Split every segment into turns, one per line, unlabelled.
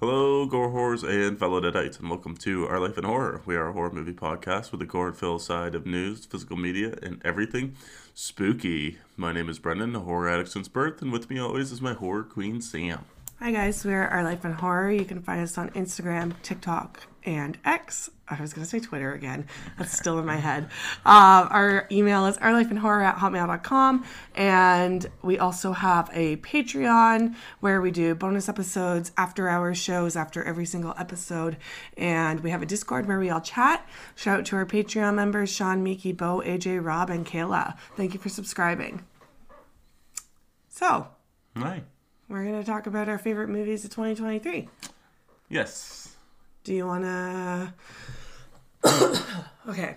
Hello, gore horrors and fellow deadites, and welcome to Our Life in Horror. We are a horror movie podcast with the gore and fill side of news, physical media, and everything spooky. My name is Brendan, a horror addict since birth, and with me always is my horror queen, Sam.
Hi guys, we're Our Life in Horror. You can find us on Instagram, TikTok, and X. I was going to say Twitter again. That's still in my head. Uh, our email is ourlifeinhorror at hotmail.com. And we also have a Patreon where we do bonus episodes, after hours shows after every single episode. And we have a Discord where we all chat. Shout out to our Patreon members, Sean, Miki, Bo, AJ, Rob, and Kayla. Thank you for subscribing. So,
Hi.
we're going to talk about our favorite movies of 2023.
Yes.
Do you want to? okay.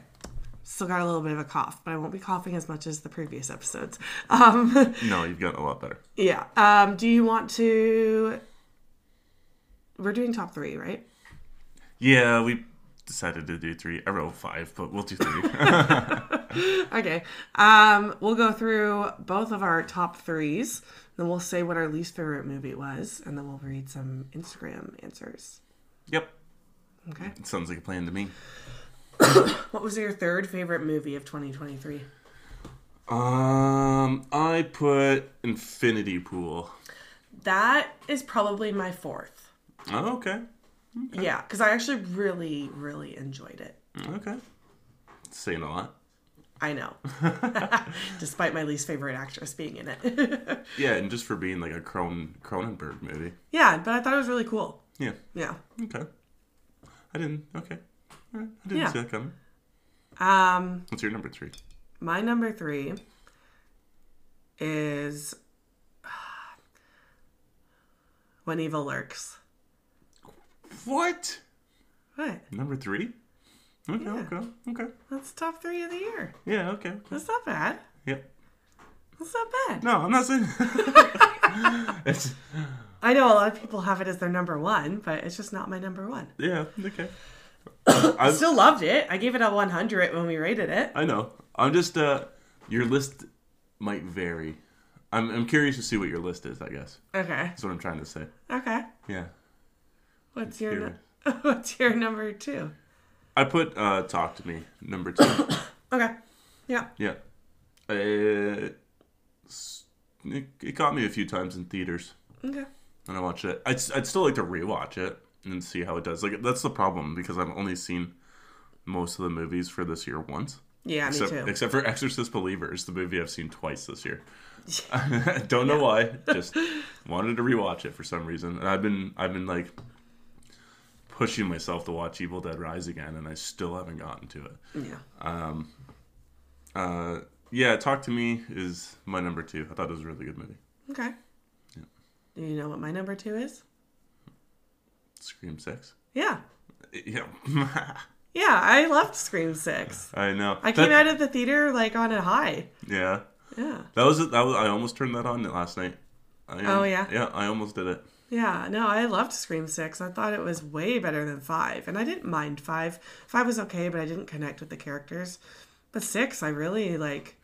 Still got a little bit of a cough, but I won't be coughing as much as the previous episodes. Um,
No, you've gotten a lot better.
yeah. Um, do you want to? We're doing top three, right?
Yeah, we decided to do three. I wrote five, but we'll do three.
Okay. Um, we'll go through both of our top threes, then we'll say what our least favorite movie was, and then we'll read some Instagram answers.
yep.
Okay.
It sounds like a plan to me.
What was your third favorite movie of 2023?
Um, I put Infinity Pool.
That is probably my fourth.
Oh, okay.
Yeah, because I actually really, really enjoyed it.
Okay. Saying a lot.
I know. Despite my least favorite actress being in it.
Yeah, and just for being like a Cron- Cronenberg movie.
yeah, but I thought it was really cool.
Yeah.
Yeah.
Okay. I didn't. Okay. All right. I didn't
Yeah.
see that coming.
Um,
What's your number three?
my number three is When Evil Lurks.
What?
What?
Number three? Okay.
Yeah.
Okay. Okay.
That's top three of the year.
Yeah. Okay. okay.
That's not bad.
Yep.
That's not bad.
No, I'm not saying. it's,
I know a lot of people have it as their number one, but it's just not my number one.
yeah. Okay.
I still loved it. I gave it a 100 when we rated it.
I know. I'm just. uh Your list might vary. I'm. I'm curious to see what your list is. I guess
Okay.
that's what I'm trying to say.
Okay.
Yeah.
What's your
Here.
nu- What's your number two?
I put uh talk to me number two.
Okay. Yeah.
Yeah. Uh, s- it, it caught me a few times in theaters,
Okay.
and I watched it. I'd, s- I'd still like to rewatch it and see how it does. Like that's the problem because I've only seen most of the movies for this year once,
Yeah, me
except,
too.
except for Exorcist Believers, the movie I've seen twice this year. Don't know why, just wanted to rewatch it for some reason. And I've been I've been like pushing myself to watch Evil Dead Rise again, and I still haven't gotten to it.
yeah.
Uh, yeah, Talk to Me is my number two. I thought it was a really good movie.
Okay. Do you know what my number two is?
Scream Six.
Yeah.
Yeah,
Yeah, I loved Scream Six.
I know.
I came out of the theater like on a high.
Yeah,
Yeah.
that was it. That was. I almost turned that on last night. I,
Oh, yeah?
Yeah, I almost did it.
Yeah. No, I loved Scream Six. I thought it was way better than five, and I didn't mind five. Five was okay, but I didn't connect with the characters. But six, I really like.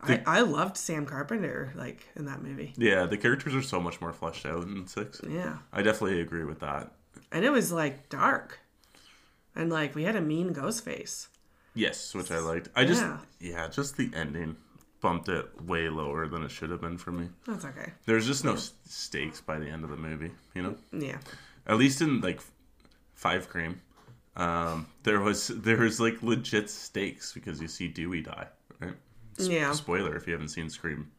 I, I loved Sam Carpenter like in that movie.
Yeah, the characters are so much more fleshed out in Six.
Yeah.
I definitely agree with that.
and it was like dark and like we had a mean ghost face
Yes, which I liked. I just yeah.
Yeah.
just the ending bumped it way lower than it should have been for me.
that's okay
There's just no s- stakes by the end of the movie. You know.
yeah
at least in like five cream um there was there was like legit stakes because you see dewey die right
yeah
spoiler if you haven't seen scream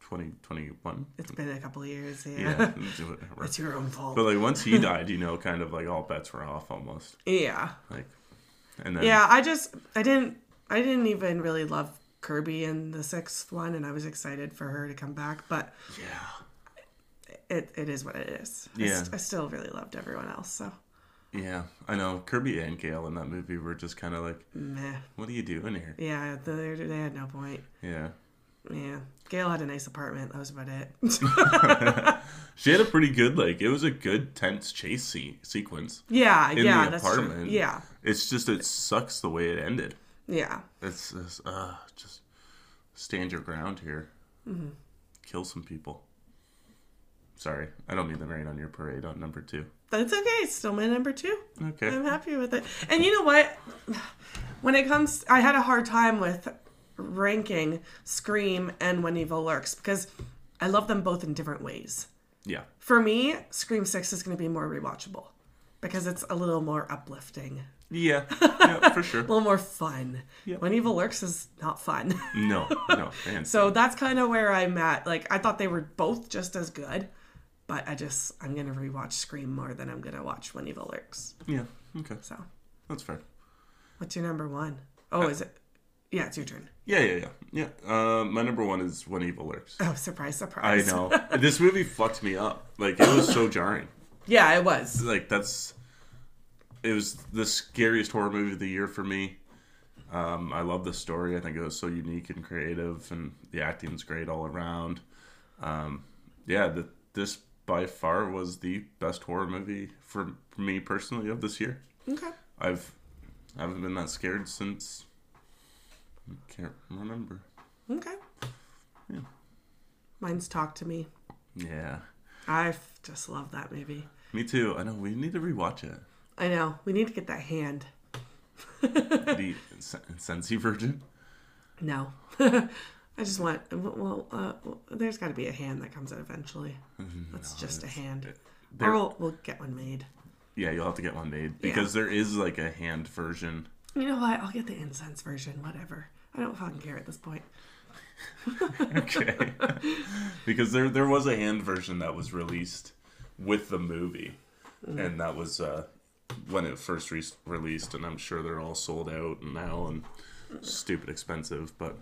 2021
it's been a couple of years yeah,
yeah whatever.
it's your own fault
but like once he died you know kind of like all bets were off almost
yeah
like and then
yeah i just i didn't i didn't even really love kirby in the sixth one and i was excited for her to come back but
yeah
it, it is what it is I
Yeah.
st- I, still really loved everyone else so
yeah i know kirby and gail in that movie were just kind of like
meh
what are you doing here
yeah they, they had no point
yeah
yeah gail had a nice apartment that was about it
she had a pretty good like it was a good tense chase se- sequence
yeah
in
yeah
the
that's
apartment
true yeah
it's just it sucks the way it ended
yeah
It's, it's uh, just
Mm-hmm.
stand your ground here. Kill some people. Sorry, I don't mean the rain on your parade on number two.
That's okay. It's still my number two.
Okay.
I'm happy with it. And you know what? When it comes, I had a hard time with ranking Scream and When Evil Lurks because I love them both in different ways.
Yeah.
For me, Scream 6 is going to be more rewatchable because it's a little more uplifting,
Yeah. yeah for sure.
a little more fun.
Yep.
When Evil Lurks is not fun.
No, no. Man.
so that's kind of where I'm at. Like, I thought they were both just as good, but I just, I'm going to rewatch Scream more than I'm going to watch When Evil Lurks.
yeah. Okay.
So.
That's fair.
What's your number one? Oh, is it? Yeah, it's your turn.
Yeah, yeah, yeah. Yeah. Uh, my number one is When Evil Lurks.
Oh, surprise,
I
surprise.
know. this movie fucked me up. Like, it was so jarring.
Yeah, it was.
Like, that's. It was the scariest horror movie of the year for me. Um, I love the story. I think it was so unique and creative, and the acting's great all around. Um, yeah, the, this by far was the best horror movie for me personally of this year.
Okay.
I've I haven't been that scared since I can't remember.
Okay.
Yeah.
Mine's Talk to Me.
Yeah.
I f- just love that movie.
Me too. I know we need to rewatch it.
I know. We need to get that hand.
The Sensi Virgin.
No. I just want, well, uh, well there's got to be a hand that comes out eventually. That's just a hand.
there-
Or we'll, we'll get one made.
Yeah, you'll have to get one made because there is like a hand version.
You know what? I'll get the incense version, whatever. I don't fucking care at this point.
Okay. because there there was a hand version that was released with the movie,
Mm-hmm.
and that was uh, when it first re- released, and I'm sure they're all sold out now and stupid expensive. But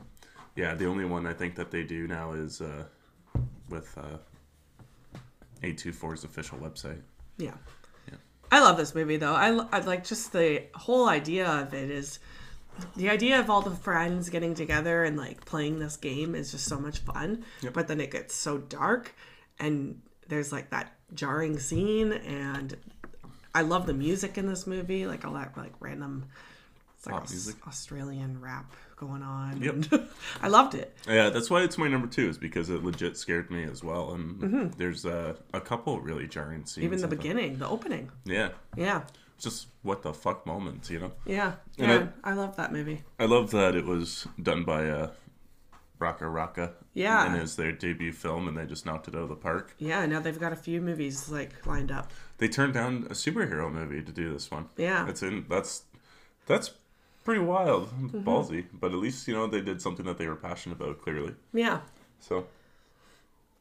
yeah, the only one I think that they do now is uh, with uh, A24's official website.
Yeah.
Yeah.
I love this movie though. I, l- I like just the whole idea of it is the idea of all the friends getting together and like playing this game is just so much fun. But then it gets so dark and there's like that jarring scene and I love the music in this movie, like all that like random it's like
Pop
Aus-
music.
Australian rap going on.
Yep.
and- I loved it.
Yeah, that's why it's my number two is because it legit scared me as well. And there's uh, a couple really jarring scenes.
Mm-hmm. Even the
I thought.
beginning, the opening.
Yeah,
Yeah.
just what the fuck moments, you know.
Yeah.
And
Yeah. I love that movie.
I love that it was done by uh, Raka Raka.
Yeah.
And it was their debut film, and they just knocked it out of the park.
Yeah, now they've got a few movies like lined up.
They turned down a superhero movie to do this one.
Yeah.
It's in that's that's pretty wild,
Mm-hmm.
ballsy. But at least you know they did something that they were passionate about. Clearly,
Yeah.
so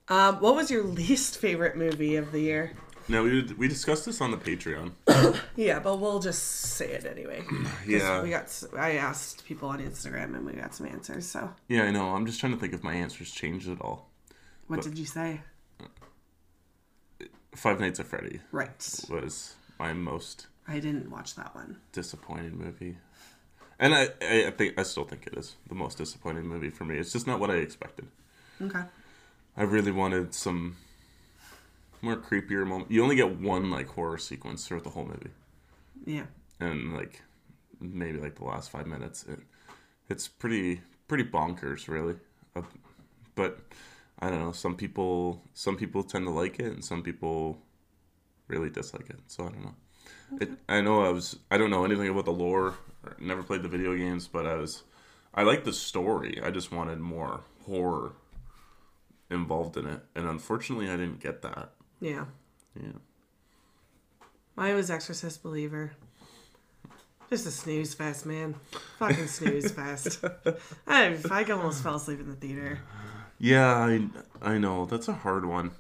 Um, what was your least favorite movie of the year?
now we did, we discussed this on the Patreon.
Yeah, but we'll just say it anyway. 'Cause
Yeah.
We got. s- I asked people on Instagram and we got some answers. So,
Yeah, I know. I'm just trying to think if my answers changed at all.
what did you say?
Five Nights at Freddy
Right.
was my most
I didn't watch that one.
disappointing movie. And I, I I think I still think it is the most disappointing movie for me. It's just not what I expected.
Okay.
I really wanted some more creepier moment. You only get one like horror sequence throughout the whole movie,
Yeah.
and like maybe like the last five minutes. It, it's pretty pretty bonkers, really. Uh, But I don't know. Some people some people tend to like it, and some people really dislike it. So I don't know. It, I know I was I don't know anything about the lore. Or never played the video games, but I was I liked the story. I just wanted more horror involved in it, and unfortunately, I didn't get that.
Yeah.
Yeah,
Mine was Exorcist Believer. Just a snooze fest, man. Fucking snooze fest. I, I almost fell asleep in the theater.
yeah, I I know that's a hard one.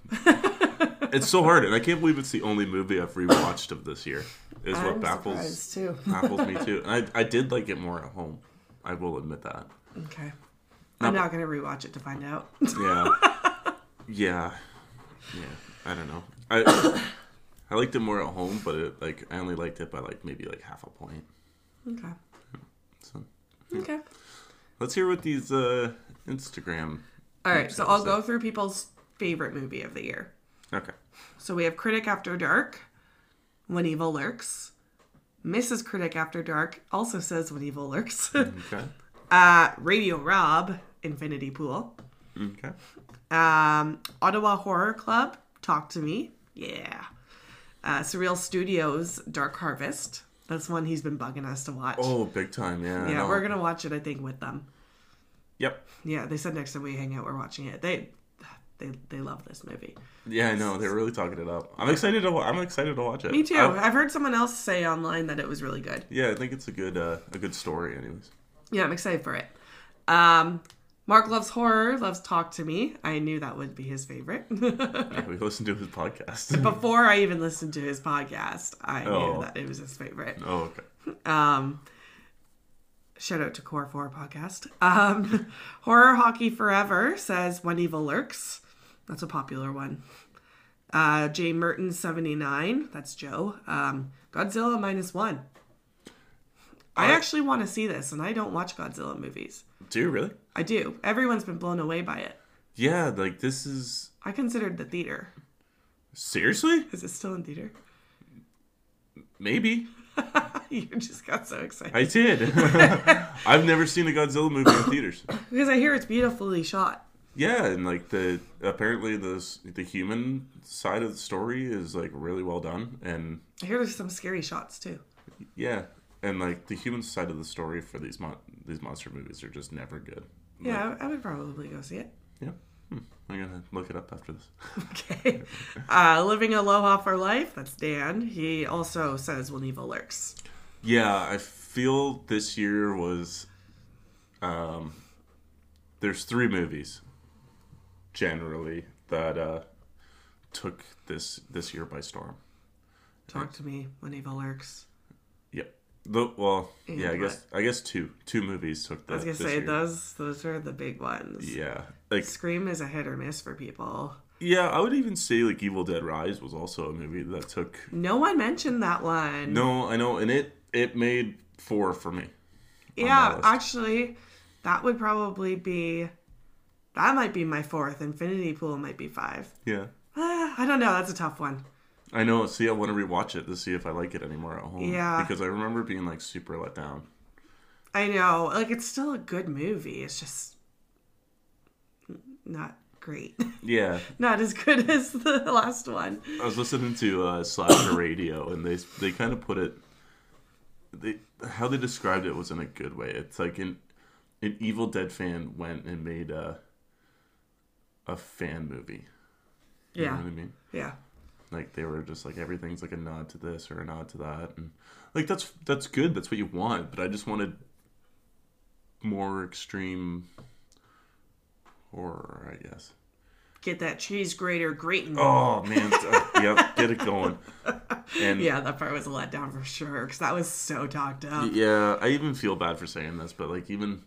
it's so hard, and I can't believe it's the only movie I've rewatched of this year. Is what
I'm
baffles
surprised too.
baffles me too. And I I did like it more at home. I will admit that.
Okay. I'm not gonna rewatch it to find out.
Yeah. yeah. Yeah. I don't know. I I liked it more at home, but it, like I only liked it by like maybe like half a point.
Okay.
So
Okay.
let's hear what these uh Instagram.
All right. So
Episode
I'll go through people's favorite movie of the year.
Okay.
So we have Critic After Dark, When Evil Lurks. Mrs. Critic After Dark also says When Evil Lurks.
Okay.
uh, Radio Rob, Infinity Pool.
Okay.
Um, Ottawa Horror Club, Talk to Me. Yeah. Uh, Surreal Studios, Dark Harvest. That's one he's been bugging us to watch.
Oh, big time. Yeah. I
yeah,
know.
we're going to watch it, I think, with them.
Yep.
Yeah, they said next time we hang out, we're watching it. They they, they love this movie.
Yeah, I know. They're really talking it up. I'm excited to. wa- I'm excited to watch it.
Me too.
I-
I've heard someone else say online that it was really good.
yeah, I think it's a good uh, a good story. Anyways.
Yeah, I'm excited for it. Um, Mark loves horror, loves Talk to Me. I knew that would be his favorite.
Yeah, we listened to his podcast.
Before I even listened to his podcast, I
Oh.
knew that it was his favorite.
oh, okay.
Um, shout out to Core 4 Podcast. Um, horror Hockey Forever says When Evil Lurks. That's a popular one. Uh, Jay Merton 79. That's Joe. Um, Godzilla minus one. I
I-
actually want to see this, and I don't watch Godzilla movies.
Do you really?
I do. Everyone's been blown away by it.
Yeah, like this is
I considered the theater.
seriously
Is it still in theater?
maybe
you just got so excited.
I did. I've never seen a Godzilla movie in theaters.
Because I hear it's beautifully shot.
Yeah, and like the apparently the s- the human side of the story is like really well done, and
I hear there's some scary shots too.
yeah, and like the human side of the story for these mon- these monster movies are just never good.
Yeah, I I would probably go see it.
Yeah, hmm. I'm gonna look it up after this.
Okay. Uh, Living Aloha for Life, that's Dan. He also says When Evil Lurks.
Yeah, I feel this year was, um, there's three movies, generally that uh, took this this year by storm.
Talk to me when evil lurks.
Yep. The, well,
And
yeah, I
what?
guess I guess two two movies took. The,
I was gonna
this
say
year.
those those are the big ones.
Yeah, like
Scream is a hit or miss for people.
yeah, I would even say like Evil Dead Rise was also a movie that took.
No one mentioned that one.
No, I know, and it it made four for me.
yeah,
list.
actually, that would probably be that might be my fourth. Infinity Pool might be five.
Yeah.
Ah, I don't know. That's a tough one.
I know. See, I want to rewatch it to see if I like it anymore at home.
Yeah.
Because I remember being like super let down.
I know. Like it's still a good movie. It's just not great.
Yeah,
not as good as the last one.
I was listening to uh, Slasher Radio, and they they kind of put it. They how they described it was in a good way. It's like an an Evil Dead fan went and made a a fan movie. You know
Yeah.
what I mean.
Yeah.
Like they were just like everything's like a nod to this or a nod to that, and like that's that's good. That's what you want. But I just wanted more extreme horror, I guess.
Get that cheese grater grating.
Oh man, yep, get it going. And
Yeah, that part was a letdown for sure because that was so talked up.
Yeah, I even feel bad for saying this, but like even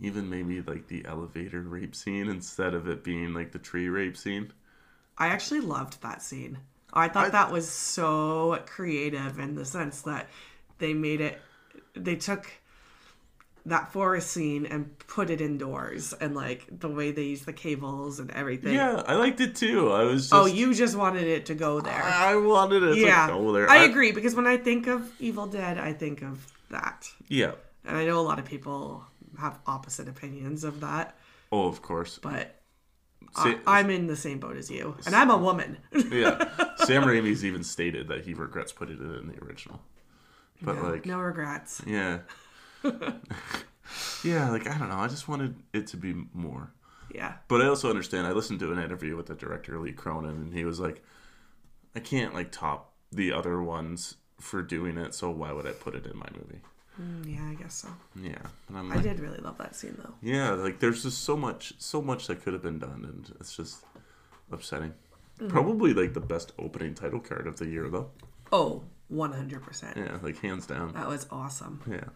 even maybe like the elevator rape scene instead of it being like the tree rape scene.
I actually loved that scene. I thought that was so creative in the sense that they made it, they took that forest scene and put it indoors and like the way they used the cables and everything.
Yeah, I liked it too. I was just
Oh, you just wanted it to go there.
I wanted it
yeah.
to go there.
I agree because when I think of Evil Dead, I think of that.
Yeah.
And I know a lot of people have opposite opinions of that,
Oh, of course.
but uh,
Sa-
I, am in the same boat as you. And I'm a woman.
yeah. Sam Raimi's even stated that he regrets putting it in the original. But like
no regrets.
yeah. yeah, like I don't know. I just wanted it to be more.
Yeah.
But I also understand. I listened to an interview with the director Lee Cronin, and he was like, "I can't like top the other ones for doing it, so why would I put it in my movie?"
Mm, Yeah, I guess so.
Yeah, and I'm
I
like,
did really love that scene though.
yeah, like there's just so much, so much that could have been done, and it's just upsetting.
Mm-hmm.
Probably like the best opening title card of the year, though.
Oh, 100%.
Yeah, like hands down.
That was awesome.
Yeah.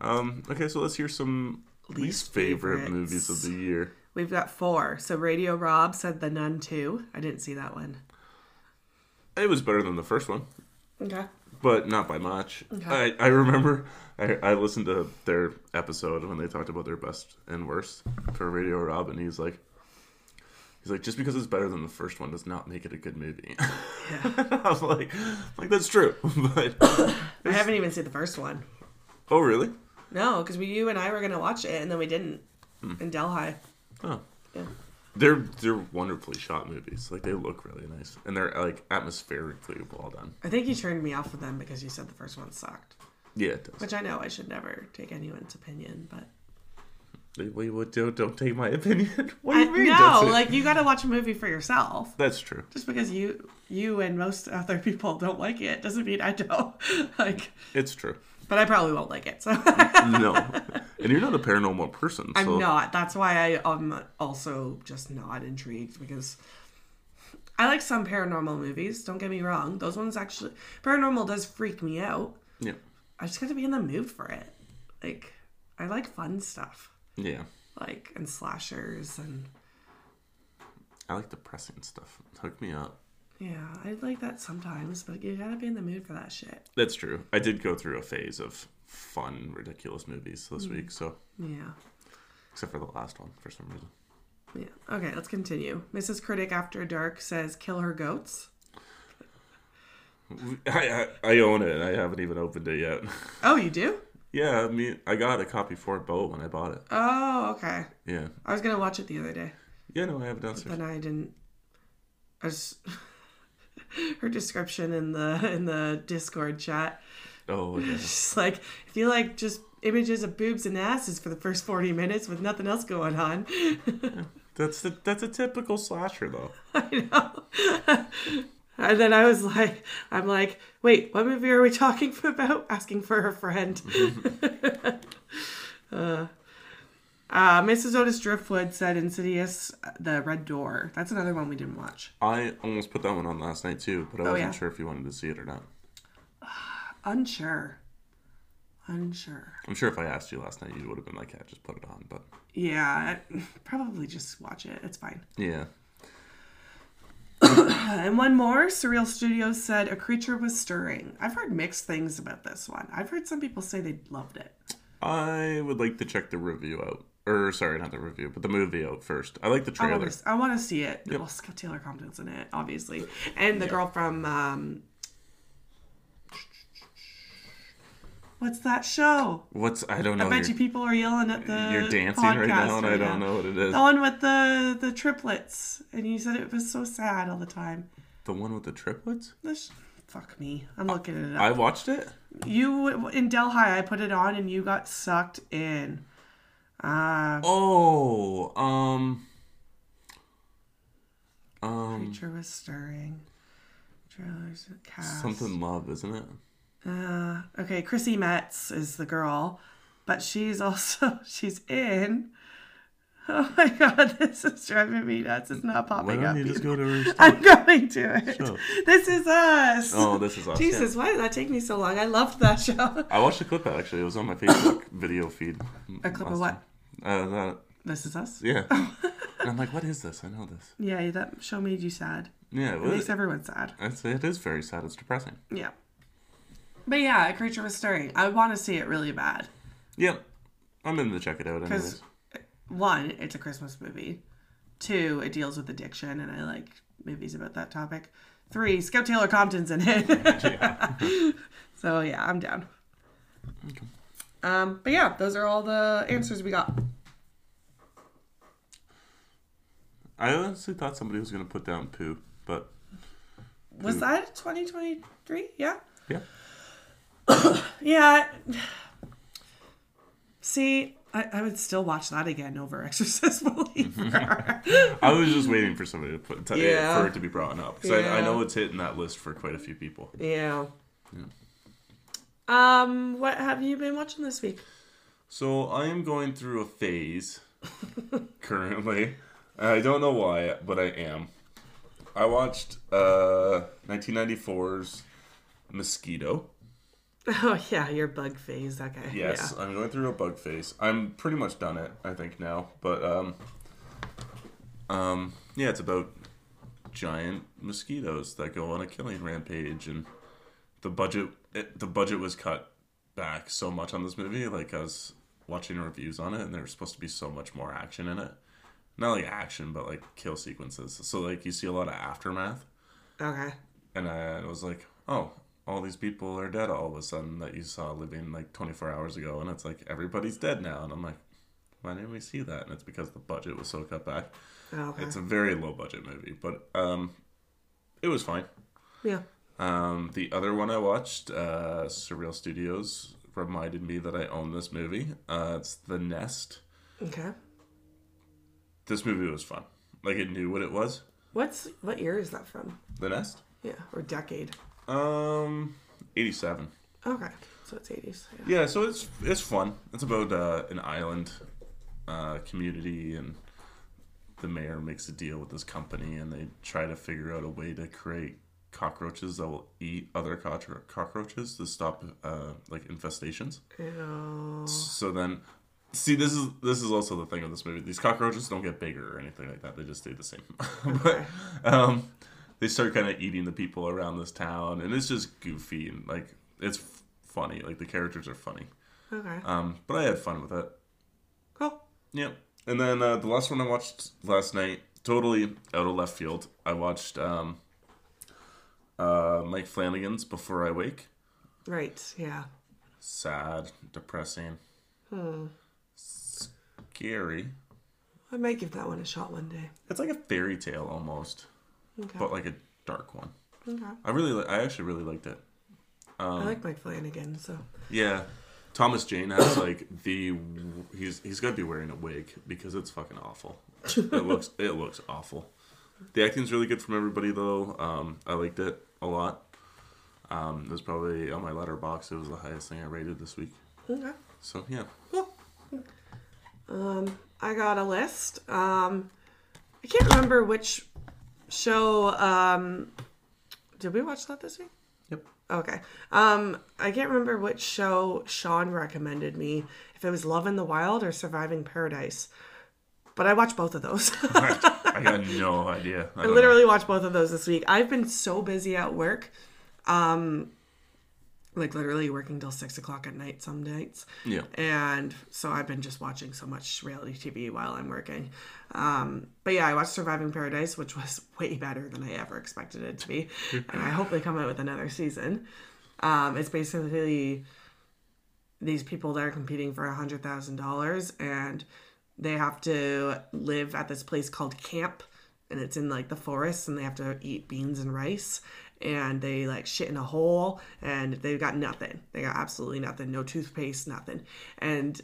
Um. Okay, so let's hear some least, favorite
favorites.
movies of the year.
We've got four. So Radio Rob said The Nun 2. I didn't see that one.
It was better than the first one.
Okay.
but not by much.
Okay.
I, I remember I, I listened to their episode when they talked about their best and worst for Radio Rob, and he's like, he's like, just because it's better than the first one does not make it a good movie.
Yeah.
I was like, like that's true, but
I haven't even seen the first one.
oh really?
No, because you and I were going to watch it and then we didn't in Delhi.
Oh,
Yeah.
They're they're wonderfully shot movies. Like they look really nice, and they're like atmospherically well done.
I think you turned me off with them because you said the first one sucked.
Yeah, it does.
Which I know I should never take anyone's opinion, but
Wait, wait, what? Don't, don't take my opinion. What do
I,
you mean?
no,
don't take-
like you got to watch a movie for yourself.
that's true.
Just because you you and most other people don't like it doesn't mean I don't. Like,
It's true.
but I probably won't like it. So
No, and you're not a paranormal person. So
I'm not. That's why I am also just not intrigued because I like some paranormal movies. Don't get me wrong; those ones actually paranormal does freak me out.
Yeah,
I just got to be in the mood for it. Like, I like fun stuff,
yeah.
like and slashers and
I like depressing stuff. Hook me up.
yeah, I like that sometimes. But you got to be in the mood for that shit.
That's true. I did go through a phase of fun, ridiculous movies
Mm.
this week. So
Yeah.
except for the last one for some reason.
Yeah. Okay, let's continue. Mrs. Critic After Dark says, kill her goats.
I, I, I own it. I haven't even opened it yet.
Oh, you do?
yeah, I mean, I got a copy for it, Bo, when I bought it.
Oh, okay.
Yeah.
I was going to watch it the other day,
Yeah, no, I have it
but
downstairs.
then I didn't. I was. Her description in the in the Discord chat,
Oh, yeah.
she's like, if you like just images of boobs and asses for the first forty minutes with nothing else going on,
That's, the, that's a typical slasher, though.
you know. and then I was like, I'm like, wait, what movie are we talking about? Asking for her friend. uh, uh, Mrs. Otis Driftwood said Insidious, uh, The Red Door. That's another one we didn't watch.
I almost put that one on last night, too, but I wasn't
Oh, yeah.
sure if you wanted to see it or not.
Unsure. Unsure.
I'm sure if I asked you last night, you would have been like, yeah, just put it on. But
Yeah, I- probably just watch it. It's fine. Uh,
yeah.
And one more, Surreal Studios said A Creature Was Stirring. I've heard mixed things about this one. I've heard some people say they loved it.
I would like to check the review out. Or, sorry, not the review, but the movie out first. I like the
I
trailer.
want to. I want to see it. Well, Scott Taylor Compton's in it, obviously, and the girl from um, what's that show?
What's, I don't know.
I bet
your-
you people are yelling at the.
Oh, You're dancing right now,
podcast
and I
right
don't
now.
know what it is.
The one with the the triplets, and you said it was so sad all the time.
The one with the triplets?
This, fuck me, I'm looking it up.
I watched it.
you in Delhi, I put it on, and you got sucked in. Uh,
Oh, um, um,
creature was stirring. Trailers, cast.
something love, isn't it?
Uh, okay, Chrissy Metz is the girl, but she's also she's in. Oh my god, this is driving me nuts! It's not
Why
popping up.
don't you just go to her?
I'm going to it.
Sure.
This is us.
Oh, this is awesome.
Jesus, why did that take me so long? I loved that show.
I watched a clip actually. It was on my Facebook video feed.
A clip of
last
what? Oh.
time. Uh, that,
This is us.
yeah. and I'm like, what is this? I know this.
Yeah, that show made you sad.
Yeah,
It
what
makes
is it?
everyone sad.
I'd say it is very sad. It's depressing.
Yeah. But yeah, a creature was stirring. I want to see it really bad
Yeah, I'm in to check it out.
because
Anyways.
one, it's a Christmas movie. Two, it deals with addiction, and I like movies about that topic. Three, Scout Taylor Compton's in it. so yeah, I'm down. Um, but yeah, those are all the answers we got.
I honestly thought somebody was gonna put down poo, but
Was that 2023? Yeah.
yeah,
Yeah. See, I, I would still watch that again over Exorcist Believer.
I was just waiting for somebody to put to,
Yeah.
for it to be brought up because I, I
Yeah.
know it's hitting that list for quite a few people.
Yeah. Um, what have you been watching this week?
So I am going through a phase currently. I don't know why, but I am. I watched uh, 1994's Mosquito.
Oh yeah, your bug phase. Okay.
Yes, I'm going through a bug phase. I'm pretty much done it, I think now. But um, um, yeah, it's about giant mosquitoes that go on a killing rampage, and the budget it, the budget was cut back so much on this movie. Like I was watching reviews on it, and there was supposed to be so much more action in it. Not like action, but like kill sequences. So like you see a lot of aftermath
Yeah. Okay.
and I was like, oh, all these people are dead all of a sudden that you saw living like 24 hours ago, and it's like everybody's dead now, and I'm like, Why didn't we see that? And it's because the budget was so cut back.
Oh, okay.
It's a very low budget movie, but um, it was fine.
yeah.
Um, the other one I watched, uh, Surreal Studios, reminded me that I own this movie. Uh, it's The Nest.
Okay.
This movie was fun. Like it knew what it was.
What's what year is that from?
The Nest.
Yeah, or decade.
Um, eighty-seven.
Okay, so it's eighties. Yeah.
Yeah, so it's it's fun. It's about uh, an island uh, community, and the mayor makes a deal with this company, and they try to figure out a way to create cockroaches that will eat other cockro- cockroaches to stop uh, like infestations.
Ew.
So then, see, this is this is also the thing of this movie. These cockroaches don't get bigger or anything like that. They just stay the same. but um, they start kind of eating the people around this town, and it's just goofy and like it's f- funny. Like the characters are funny.
Okay.
Um, but I had fun with it.
Cool.
Yeah. And then uh, the last one I watched last night, totally out of left field. I watched um, uh, Mike Flanagan's Before I Wake.
Right. Yeah.
Sad, depressing, scary.
I might give that one a shot one day.
It's like a fairy tale almost,
Okay.
but like a dark one.
okay.
I really, li- I actually really liked it. um,
I like Mike Flanagan, so
Yeah, Thomas Jane has like the he's he's got to be wearing a wig because it's fucking awful. It looks it looks awful. The acting's really good from everybody though. Um, I liked it a lot. Um, it was probably on my letterbox. It was the highest thing I rated this week.
okay.
So yeah,
I got a list. Um, I can't remember which show. Um, did we watch that this week?
yep.
Okay. Um, I can't remember which show Sean recommended me. If it was Love in the Wild or Surviving Paradise, but I watched both of those.
I got no idea. I
I
don't
literally watched both of those this week. I've been so busy at work, um, like literally working till six o'clock at night some nights,
know. Yeah.
and so I've been just watching so much reality TV while I'm working. Um, but yeah, I watched Surviving Paradise, which was way better than I ever expected it to be, and I hope they come out with another season. Um, it's basically these people that are competing for a hundred thousand dollars and they have to live at this place called camp and it's in like the forest and they have to eat beans and rice and they like shit in a hole and they've got nothing they got absolutely nothing no toothpaste nothing and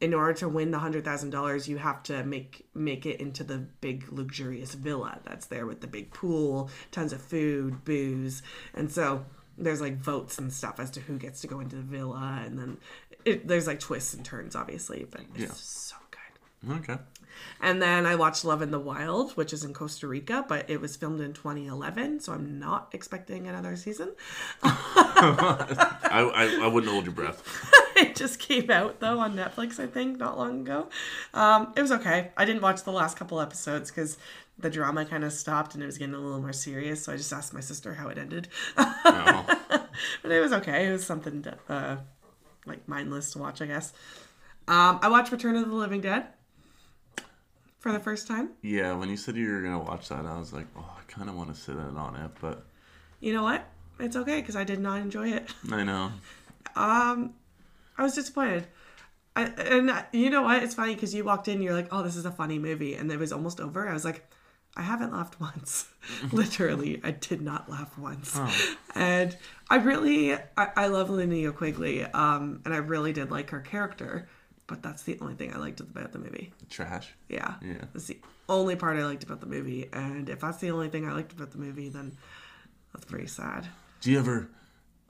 in order to win the hundred thousand dollars, you have to make make it into the big luxurious villa that's there with the big pool, tons of food, booze, and so there's like votes and stuff as to who gets to go into the villa, and then it, there's like twists and turns, obviously, but it's
Yeah.
so good.
Okay.
And then I watched Love in the Wild, which is in Costa Rica, but it was filmed in 2011, so I'm not expecting another season.
I, I I wouldn't hold your breath.
it just came out though on Netflix, I think, not long ago. Um, it was okay. I didn't watch the last couple episodes because the drama kind of stopped and it was getting a little more serious. So I just asked my sister how it ended,
No.
but it was okay. It was something to, uh, like mindless to watch, I guess. Um, I watched Return of the Living Dead for the first time.
Yeah. When you said you were gonna watch that, I was like, oh, I kind of want to sit in on it, but
You know what? It's okay because I did not enjoy it.
I know.
I was disappointed. I, and uh, you know what? It's funny because you walked in, you're like, "Oh, this is a funny movie," and it was almost over. I was like, "I haven't laughed once. Literally, I did not laugh once." And I really, I, I love Linnea Quigley, um, and I really did like her character, but that's the only thing I liked about the movie.
Trash.
Yeah,
Yeah.
that's the only part I liked about the movie. And if that's the only thing I liked about the movie, then that's pretty sad.
Do you ever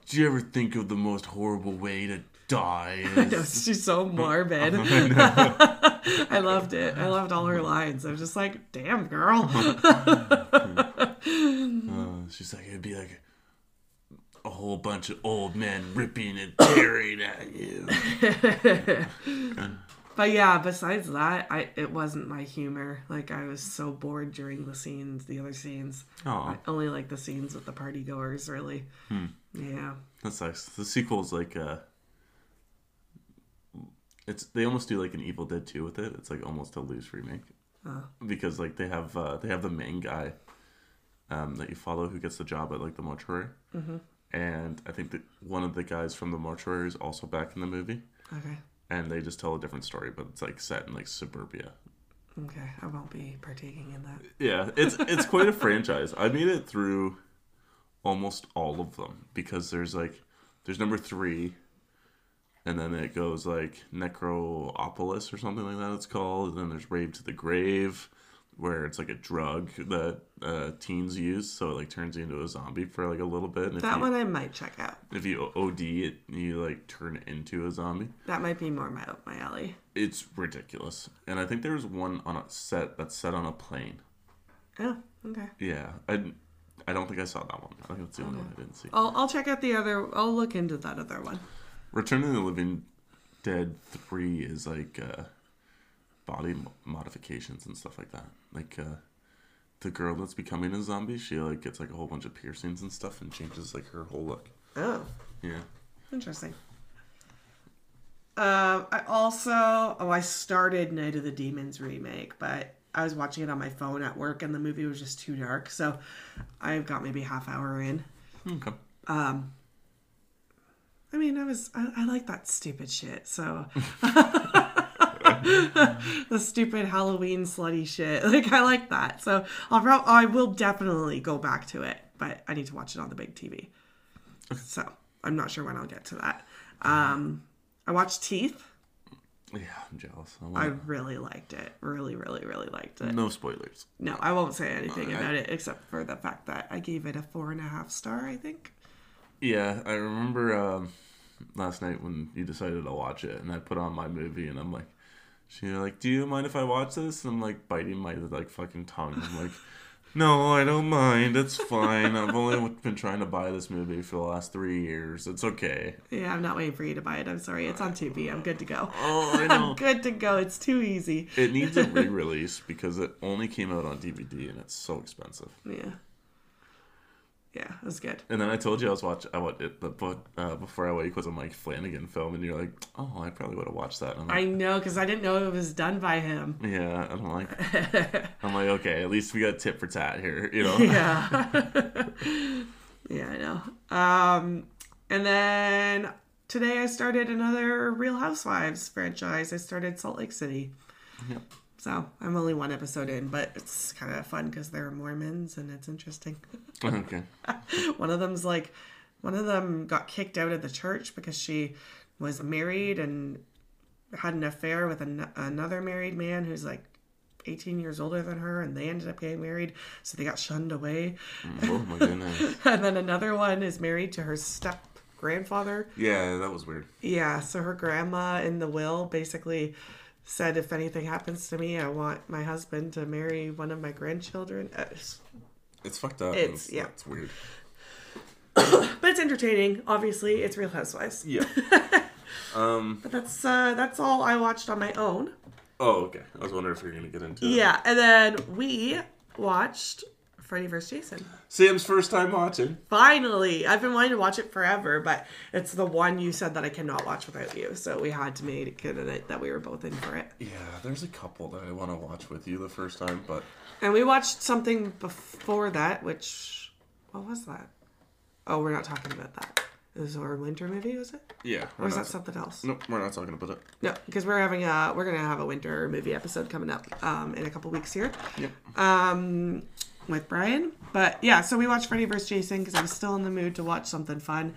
do you ever think of the most horrible way to die? is-
No, she's so morbid. I loved it. I loved all her lines. I was just like, damn, girl.
Uh, she's like it'd be like a whole bunch of old men ripping and tearing at you.
But yeah, besides that, I it wasn't my humor. Like I was so bored during the scenes, the other scenes.
Oh,
I only like the scenes with the party goers, really.
Hmm.
Yeah.
that sucks. The sequel's like uh it's they almost do like an Evil Dead 2 with it. It's like almost a loose remake. Because like they have uh they have the main guy um that you follow who gets the job at like the mortuary. Mm-hmm. And I think that one of the guys from the mortuary is also back in the movie.
Okay.
and they just tell a different story, but it's like set in like suburbia.
Okay, I won't be partaking in that.
Yeah, it's it's quite a franchise. I made it through almost all of them because there's like there's number three, and then it goes like Necroopolis or something like that. It's called, and then there's Rave to the Grave, where it's like a drug that uh, teens use, so it like turns you into a zombie for like a little bit. And if
That
you,
one I might check out.
if you OD, it you like turn into a zombie.
That might be more my up my alley.
It's ridiculous, and I think there was one on a set that's set on a plane.
Oh, okay.
Yeah, I, didn't- I don't think I saw that one. I think that's the only one I didn't see.
I'll I'll check out the other. I'll look into that other one.
Return of the Living Dead Three is like uh, body mo- modifications and stuff like that. Like uh, the girl that's becoming a zombie, she like gets like a whole bunch of piercings and stuff and changes like her whole look.
Oh,
Yeah,
interesting. Um, I also oh I started Night of the Demons remake, but I was watching it on my phone at work, and the movie was just too dark. So I've got maybe half hour in.
okay.
I mean, I was I, I like that stupid shit. So the stupid Halloween slutty shit, like I like that. So I'll prob- I will definitely go back to it, but I need to watch it on the big TV. So I'm not sure when I'll get to that. Um, I watched Teeth.
Yeah, I'm jealous. I
I
want
really liked it. Really, really, really liked it.
no spoilers.
No, I won't say anything
I-
about it except for the fact that I gave it a four and a half star. I think.
Yeah, I remember um, last night when you decided to watch it, and I put on my movie, and I'm like, she was like, "Do you mind if I watch this?" And I'm like biting my like fucking tongue. I'm like, "No, I don't mind. It's fine. I've only been trying to buy this movie for the last three years. It's okay."
Yeah, I'm not waiting for you to buy it. I'm sorry. It's on Tubi. I'm good to go.
Oh, I
I'm
know.
good to go. It's too easy.
it needs a re-release because it only came out on DVD, and it's so expensive.
Yeah. Yeah, it was good.
And then I told you I was watching. I watched it, the book uh, before I wake was a Mike Flanagan film, and you're like, "Oh, I probably would have watched that." And I'm like,
I know because I didn't know it was done by him.
Yeah, I'm like, I'm like, okay, at least we got tit for tat here, you know.
Yeah. yeah, I know. Um, and then today I started another Real Housewives franchise. I started Salt Lake City.
Yep.
So I'm only one episode in, but it's kind of fun because they're Mormons and it's interesting.
okay.
one of them's like one of them got kicked out of the church because she was married and had an affair with an, another married man who's like 18 years older than her and they ended up getting married so they got shunned away
Oh my goodness.
and then another one is married to her step grandfather
Yeah, that was weird.
yeah so her grandma in the will basically said if anything happens to me i want my husband to marry one of my grandchildren Uh, it's-
It's fucked up.
It's- yeah.
It's weird.
but it's entertaining obviously it's real housewives
Yeah.
but that's uh that's all i watched on my own
Oh, okay. I was wondering if you're gonna get into it.
Yeah, and then we watched Freddy vs. Jason.
Sam's first time watching.
Finally, I've been wanting to watch it forever, but it's the one you said that I cannot watch without you. So we had to make it a night that we were both in for it.
Yeah, there's a couple that I want to watch with you the first time, but
And we watched something before that, which what was that? Oh, we're not talking about that. It was our winter movie, was it?
yeah.
Or was that something else?
Nope, we're not talking about it.
No, because we're having a we're gonna have a winter movie episode coming up um, in a couple weeks here.
Yep.
um, with Brian. But yeah, so we watched Freddy vs. Jason because I was still in the mood to watch something fun.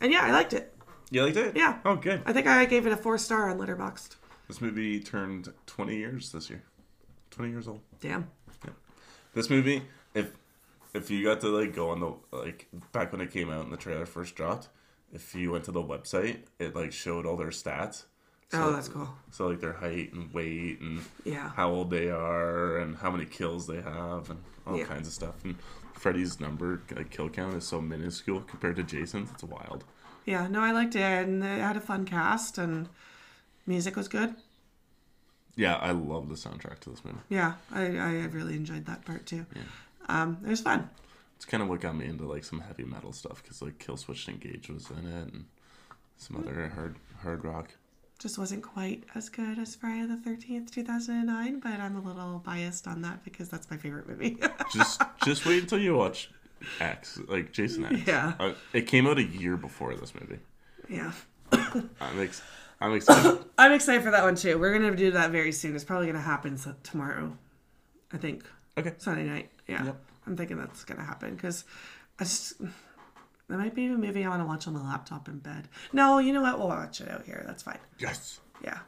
And yeah, I liked it.
You liked it?
Yeah.
Oh, good.
I think I gave it a four star on Letterboxd.
This movie turned 20 years this year. 20 years old.
Damn.
This movie, if if you got to like go on the like back when it came out and the trailer first dropped, if you went to the website, it like showed all their stats. So,
Oh, that's cool.
So like their height and weight and
Yeah.
how old they are and how many kills they have and all
Yeah.
kinds of stuff. And Freddy's number like, kill count is so minuscule compared to Jason's. It's wild.
Yeah, no, I liked it. And it had a fun cast and music was good.
Yeah, I love the soundtrack to this movie.
Yeah, I, I really enjoyed that part too. Um, it was fun.
It's kind of what got me into like some heavy metal stuff because like Killswitch Engage was in it and some other hard hard rock.
Just wasn't quite as good as Friday the 13th, 2009, but I'm a little biased on that because that's my favorite movie.
just just wait until you watch X, like Jason X.
Yeah.
Uh, it came out a year before this movie.
yeah.
I'm ex- I'm excited.
I'm excited for that one too. We're gonna do that very soon. It's probably gonna happen so- tomorrow, I think.
okay.
Sunday night. Yeah,
Yep.
I'm thinking that's gonna happen because I just there might be a movie I want to watch on the laptop in bed. No, you know what? We'll watch it out here. That's fine.
Yes.
Yeah.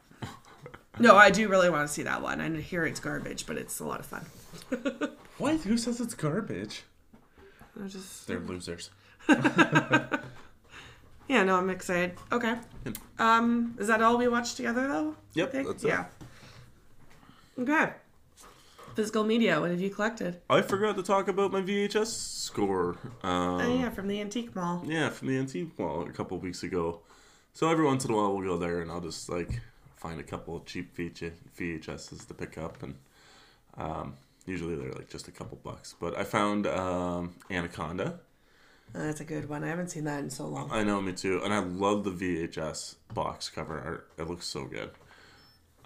No, I do really want to see that one. I hear it's garbage, but it's a lot of fun.
What? Who says it's garbage?
I just
They're losers.
yeah, no, I'm excited. Okay. Um, is that all we watched together though?
Yep,
I think?
that's it.
yeah. Okay. Physical media. What have you collected?
I forgot to talk about my VHS score. Um,
oh yeah, from the antique mall. Oh,
Yeah, from the antique mall a couple weeks ago. So every once in a while we'll go there and I'll just like find a couple of cheap VH- VHSs to pick up and um, usually they're like just a couple bucks. But I found um, Anaconda.
Oh, that's a good one. I haven't seen that in so long.
I know me too, and I love the VHS box cover art. It looks so good.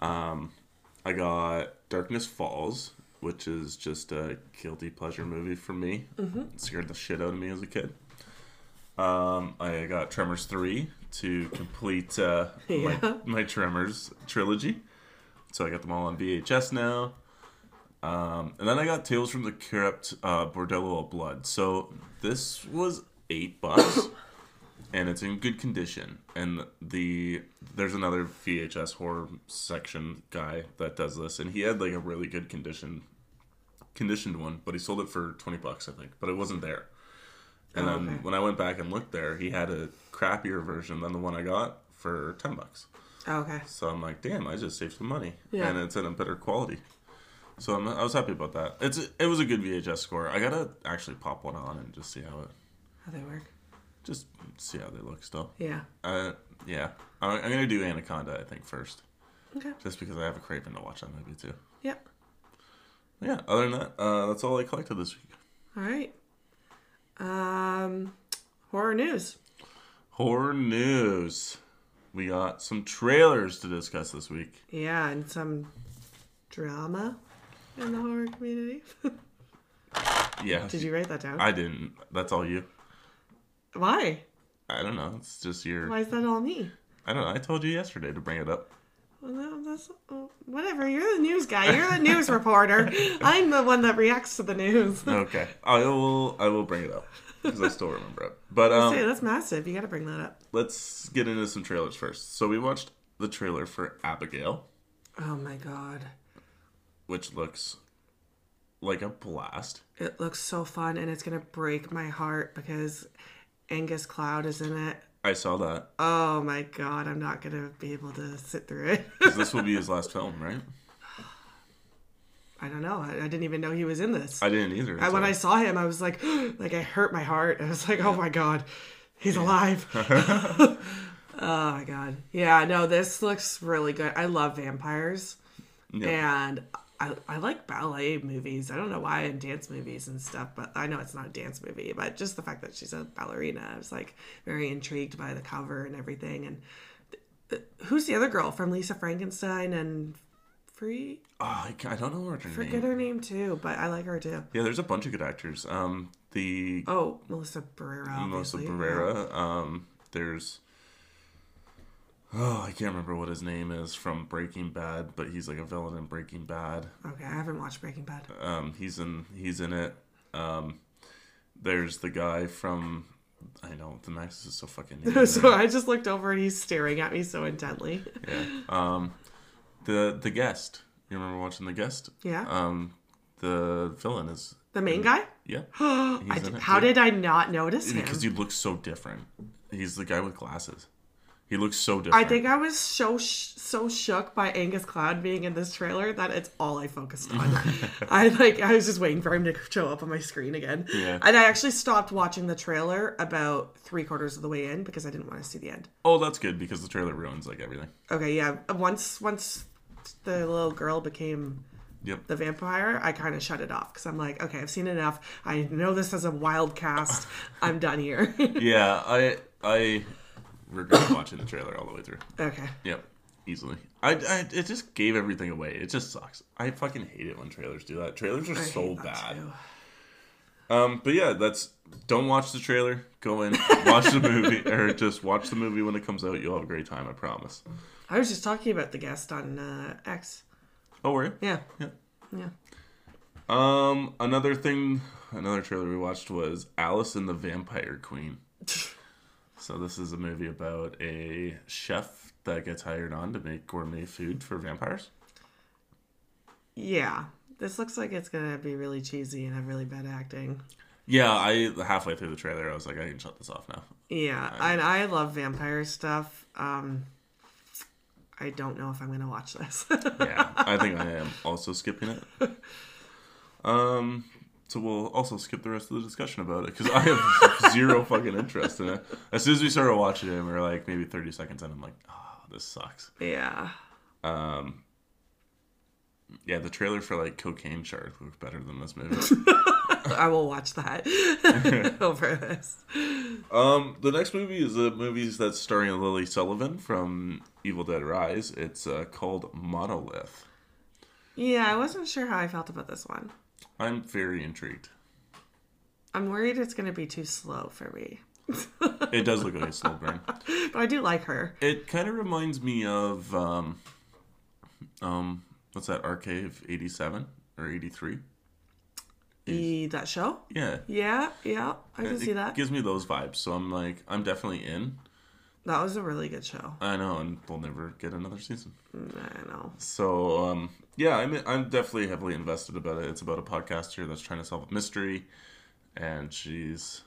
Um, I got Darkness Falls, which is just a guilty pleasure movie for me. It scared the shit out of me as a kid. Um, I got Tremors three to complete uh,
Yeah.
my, my Tremors trilogy. So I got them all on VHS now. Um, and then I got Tales from the Crypt, uh, Bordello of Blood. So this was eight bucks, and it's in good condition. And the there's another VHS horror section guy that does this, and he had like a really good condition conditioned one, but he sold it for twenty bucks, I think. But it wasn't there. And
Oh,
then
okay.
when I went back and looked there, he had a crappier version than the one I got for ten bucks.
Oh, okay.
So I'm like, damn, I just saved some money,
Yeah.
and it's in a better quality. So I'm, I was happy about that. It's it was a good VHS score. I gotta actually pop one on and just see how it,
How they work.
just see how they look still.
Yeah.
Uh, yeah, I, I'm gonna do Anaconda I think first,
Okay.
just because I have a craving to watch that movie too.
Yep.
Yeah. Other than that, uh, that's all I collected this week.
All right. Um, horror news.
Horror news. We got some trailers to discuss this week.
Yeah, and some drama in the horror community.
Yeah.
Did you write that down?
I didn't. That's all you.
Why?
I don't know. It's just your.
Why is that all me?
I don't know. I told you yesterday to bring it up.
Well, no, that's oh, whatever. You're the news guy. You're the news reporter. I'm the one that reacts to the news.
okay. I will. I will bring it up because I still remember it. But
Say,
um,
that's massive. You got to bring that up.
let's get into some trailers first. So we watched the trailer for Abigail,
Oh my god,
which looks like a blast.
it looks so fun, and it's gonna break my heart because Angus Cloud is in it.
I saw that
Oh my god, I'm not gonna be able to sit through it.
'Cause this will be his last film, right?
I don't know. I, I didn't even know he was in this.
I didn't either.
And when I
until-
saw him, I was like, like I hurt my heart. I was like, oh my god, he's alive. oh my god, yeah. No, this looks really good. I love vampires, and I I like ballet movies. I don't know why and dance movies and stuff, but I know it's not a dance movie, but just the fact that she's a ballerina, I was like very intrigued by the cover and everything. And th- th- who's the other girl from Lisa Frankenstein and Free?
Oh, I, ca- I don't know her name.
Forget her name too, but I like her too.
Yeah, there's a bunch of good actors. Um, the
Oh, Melissa Barrera.
Melissa
obviously.
Barrera. Um, there's. Oh, I can't remember what his name is from Breaking Bad, but he's like a villain in Breaking Bad.
Okay, I haven't watched Breaking Bad.
Um, he's in he's in it. Um, there's the guy from I know the Max is so fucking. new.
so I just looked over and he's staring at me so intently.
yeah. Um, the the guest. You remember watching the guest?
Yeah.
Um, the villain is
The main guy?
yeah.
I
He's
d-
in it,
how
too.
did I not notice him?
Because he looks so different. He's the guy with glasses. He looks so different.
I think I was so sh- so shook by Angus Cloud being in this trailer that it's all I focused on. I like I was just waiting for him to show up on my screen again.
Yeah.
And I actually stopped watching the trailer about three quarters of the way in because I didn't want to see the end.
Oh, that's good because the trailer ruins like everything.
Okay, yeah. Once once the little girl became
Yep.
the vampire, I kind of shut it off because I'm like, okay, I've seen enough. I know this is a wild cast. I'm done here.
Yeah, I I regret watching the trailer all the way through.
okay.
Yep, easily. I, I it just gave everything away. It just sucks. I fucking hate it when trailers do that. Trailers are
I
so
hate that
bad.
too.
Um, but yeah, that's don't watch the trailer. Go in, watch the movie, or just watch the movie when it comes out. You'll have a great time, I promise.
I was just talking about the guest on uh, X.
Don't worry.
Yeah.
Yeah.
Yeah.
Um, another thing, another trailer we watched was Alice and the Vampire Queen. so this is a movie about a chef that gets hired on to make gourmet food for vampires.
Yeah. This looks like it's going to be really cheesy and have really bad acting.
Yeah, I halfway through the trailer, I was like, I can shut this off now.
Yeah. And I love vampire stuff. Um, I don't know if I'm going to watch this.
Yeah, I think I am also skipping it. Um, so we'll also skip the rest of the discussion about it because I have zero fucking interest in it. As soon as we started watching it, we were like maybe thirty seconds, in, I'm like, oh, this sucks.
yeah.
Yeah, the trailer for like Cocaine Shark looked better than this movie.
I will watch that over this.
um, the next movie is a movie that's starring Lily Sullivan from Evil Dead Rise. It's uh, called Monolith.
Yeah. I wasn't sure how I felt about this one.
I'm very intrigued.
I'm worried it's going to be too slow for me.
It does look like a slow burn.
But I do like her.
It kind of reminds me of um, um, what's that arcade '87 or '83?
The, E, that show?
Yeah,
Yeah. Yeah. I can see that.
gives me those vibes. So I'm like, I'm definitely in.
That was a really good show.
I know, and they'll never get another season.
I know.
So um, yeah, I'm I'm definitely heavily invested about it. It's about a podcaster that's trying to solve a mystery, and she's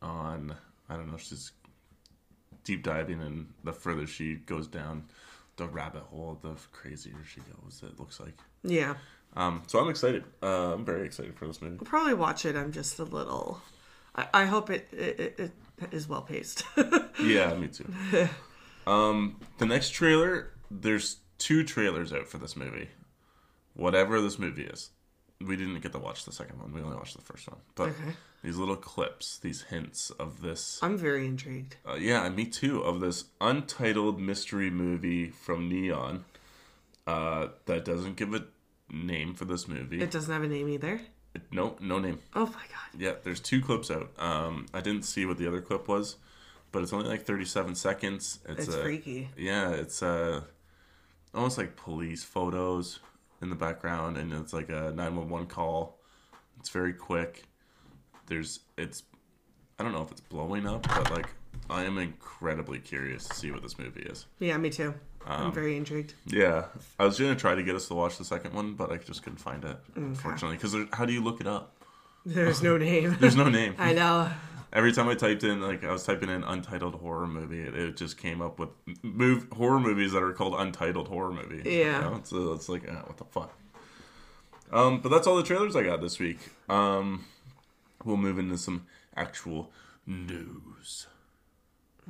on I don't know she's deep diving, and the further she goes down the rabbit hole, the crazier she goes. It looks like.
Yeah.
Um, so I'm excited. Uh, I'm very excited for this movie.
I'll probably watch it. I'm just a little. I, I hope it, it, it, it is well paced.
Yeah, me too. um, the next trailer, there's two trailers out for this movie. Whatever this movie is, we didn't get to watch the second one. We only watched the first one. But
Okay.
these little clips, these hints of this,
I'm very intrigued.
uh, yeah, me too, of this untitled mystery movie from Neon uh, that doesn't give a name for this movie.
It doesn't have a name either.
no, no name.
Oh my god.
Yeah, there's two clips out. Um, I didn't see what the other clip was, but it's only like 37 seconds. It's,
It's
a,
freaky.
Yeah, it's uh, almost like police photos in the background, and it's like a 911 call. It's very quick. There's it's, I don't know if it's blowing up, but like I am incredibly curious to see what this movie is.
Yeah, me too.
Um,
I'm very intrigued.
Yeah, I was gonna try to get us to watch the second one, but I just couldn't find it, unfortunately. Because how do you look it up?
There's no name.
There's no name.
I know.
Every time I typed in, like I was typing in untitled horror movie, it, it just came up with move horror movies that are called untitled horror movie.
Yeah.
so it's like, ah, what the fuck. Um, but that's all the trailers I got this week. Um, we'll move into some actual news.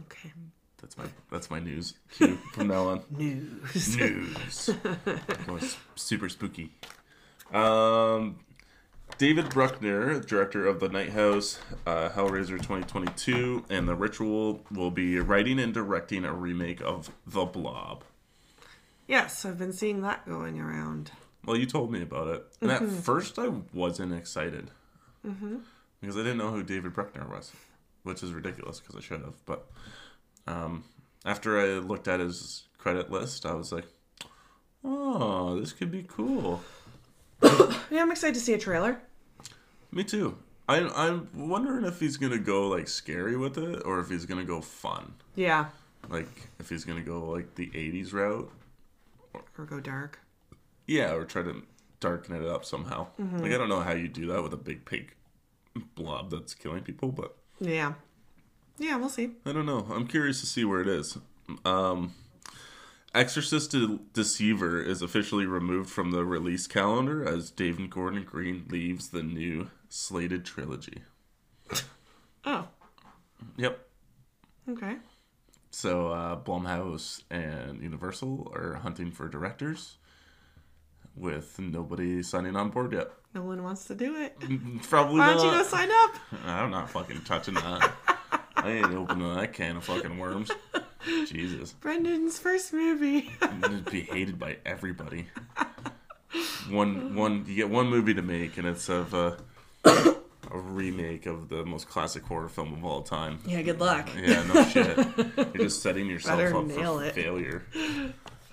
Okay.
That's my that's my news cue from now on.
News.
news. Well, it's super spooky. Um, David Bruckner, director of The Night House, uh, Hellraiser 2022, and The Ritual, will be writing and directing a remake of The Blob.
Yes, I've been seeing that going around.
Well, you told me about it. And at first, I wasn't excited. Because I didn't know who David Bruckner was, which is ridiculous because I should have. But um, after I looked at his credit list, I was like, oh, this could be cool.
Yeah, I'm excited to see a trailer.
Me too. I, I'm wondering if he's gonna go like scary with it or if he's gonna go fun.
Yeah.
Like if he's gonna go like the '80s route,
Or go dark.
yeah, or try to darken it up somehow.
Mm-hmm.
Like I don't know how you do that with a big pig blob that's killing people, but
Yeah. Yeah, we'll see.
I don't know. I'm curious to see where it is. Um, Exorcist De- Deceiver is officially removed from the release calendar as David Gordon Green leaves the new slated trilogy.
Oh.
Yep,
Okay.
So uh, Blumhouse and Universal are hunting for directors, with nobody signing on board yet.
No one wants to do it.
Probably
Why
not.
don't you go sign up?
I'm not fucking touching that. I ain't opening that can of fucking worms. Jesus,
Brendan's first movie.
I'd be hated by everybody. One, one, you get one movie to make, and it's of uh, a, a a remake of the most classic horror film of all time.
Yeah, good luck.
Yeah, no shit. You're just setting yourself
Better
up
nail
for
it.
failure.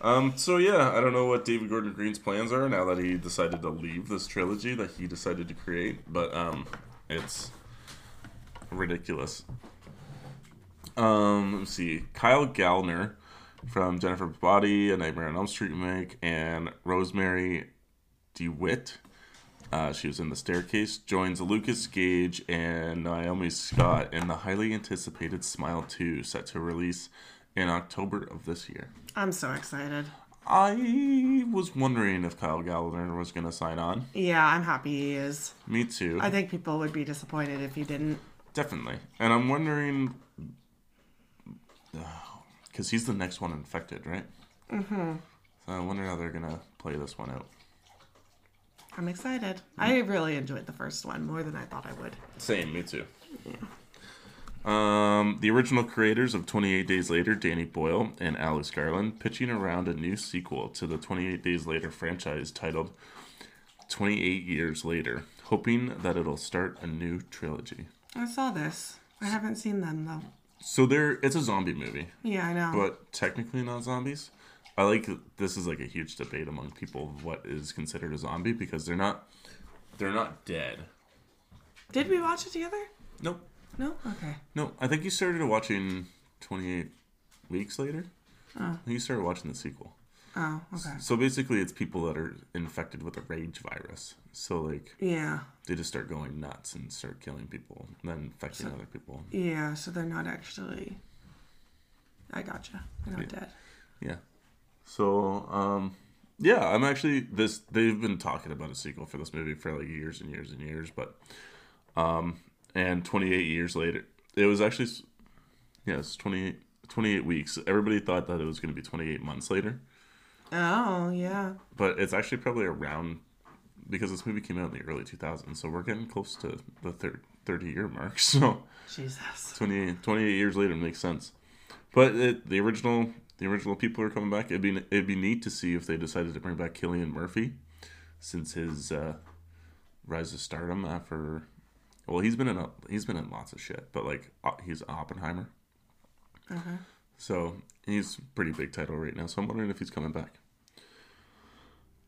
Um, so yeah, I don't know what David Gordon Green's plans are now that he decided to leave this trilogy that he decided to create, but um, it's ridiculous. Um, let me see. Kyle Gallner from Jennifer Body, A Nightmare on Elm Street remake, and Rosemary DeWitt. Uh, she was in The Staircase, joins Lucas Gage and Naomi Scott in the highly anticipated Smile 2, set to release in October of this year.
I'm so excited.
I was wondering if Kyle Gallagher was going to sign on.
Yeah, I'm happy he is.
Me too.
I think people would be disappointed if he didn't.
Definitely. And I'm wondering. Because he's the next one infected, right? Mm-hmm. So I wonder how they're going to play this one out.
I'm excited. I
Mm.
really enjoyed the first one more than I thought I would.
Same, me too. Um, the original creators of 28 Days Later, Danny Boyle and Alex Garland, pitching around a new sequel to the 28 Days Later franchise titled 28 Years Later, hoping that it'll start a new trilogy.
I saw this. I haven't seen them though.
So there, it's a zombie movie,
Yeah, I know.
but technically not zombies. I like that this is like a huge debate among people of what is considered a zombie because they're not, they're not dead.
Did we watch it together?
Nope.
No? Okay.
No, I think you started watching 28 weeks later. I think you started watching the sequel.
Oh, okay.
So basically, it's people that are infected with a rage virus. So, like,
Yeah.
they just start going nuts and start killing people, and then infecting other people.
Yeah, so they're not actually. I gotcha. They're not dead.
Yeah. So, um, yeah, I'm actually this. They've been talking about a sequel for this movie for like years and years and years, but, um, and 28 years later, it was actually, s- yeah, it's 28, 28 weeks. Everybody thought that it was going to be 28 months later,
Oh, yeah.
but it's actually probably around because this movie came out in the early 2000s, so we're getting close to the third 30 year mark. So,
Jesus.
28, 28 years later makes sense. But it, the original the original people are coming back. It'd be it'd be neat to see if they decided to bring back Killian Murphy, since his uh, rise to stardom after. Well, he's been in a, he's been in lots of shit, but like O- he's Oppenheimer,
Okay.
so he's a pretty big title right now. So I'm wondering if he's coming back.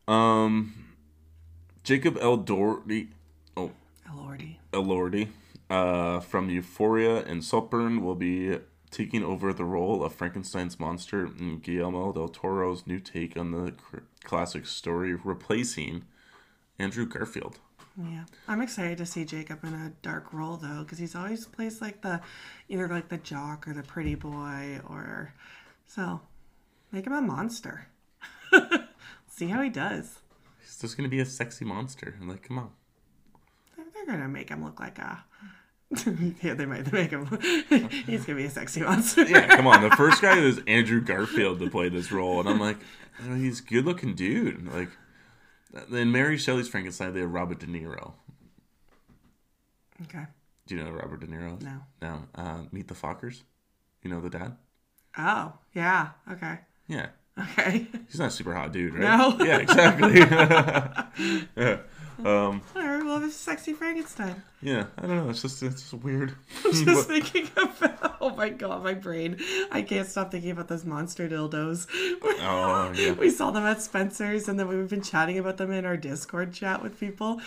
Um, Jacob L. Doherty. Oh,
Lordy.
Elordi uh, from Euphoria and Saltburn will be taking over the role of Frankenstein's monster in Guillermo del Toro's new take on the cr- classic story, replacing Andrew Garfield.
Yeah. I'm excited to see Jacob in a dark role, though, because he's always plays like the either like the jock or the pretty boy or. So, make him a monster. see how he does.
He's just gonna be a sexy monster. I'm like, come on.
They're, they're going to make him look like a. yeah, they might make him. he's going to be a sexy monster.
Yeah, come on. The first guy is Andrew Garfield to play this role, and I'm like, oh, he's a good looking dude. Like, then Mary Shelley's Frankenstein, they have Robert De Niro.
Okay.
Do you know who Robert De Niro? is?
No.
No. Uh, Meet the Fockers. You know the dad?
Oh, yeah. Okay.
Yeah.
Okay.
He's not a super hot dude, right?
No.
Yeah, exactly. yeah. Um,
Whatever. We'll have a sexy Frankenstein.
yeah, I don't know. It's just it's just weird.
Just thinking about oh my god, my brain. I can't stop thinking about those monster dildos.
oh yeah.
We saw them at Spencer's, and then we've been chatting about them in our Discord chat with people.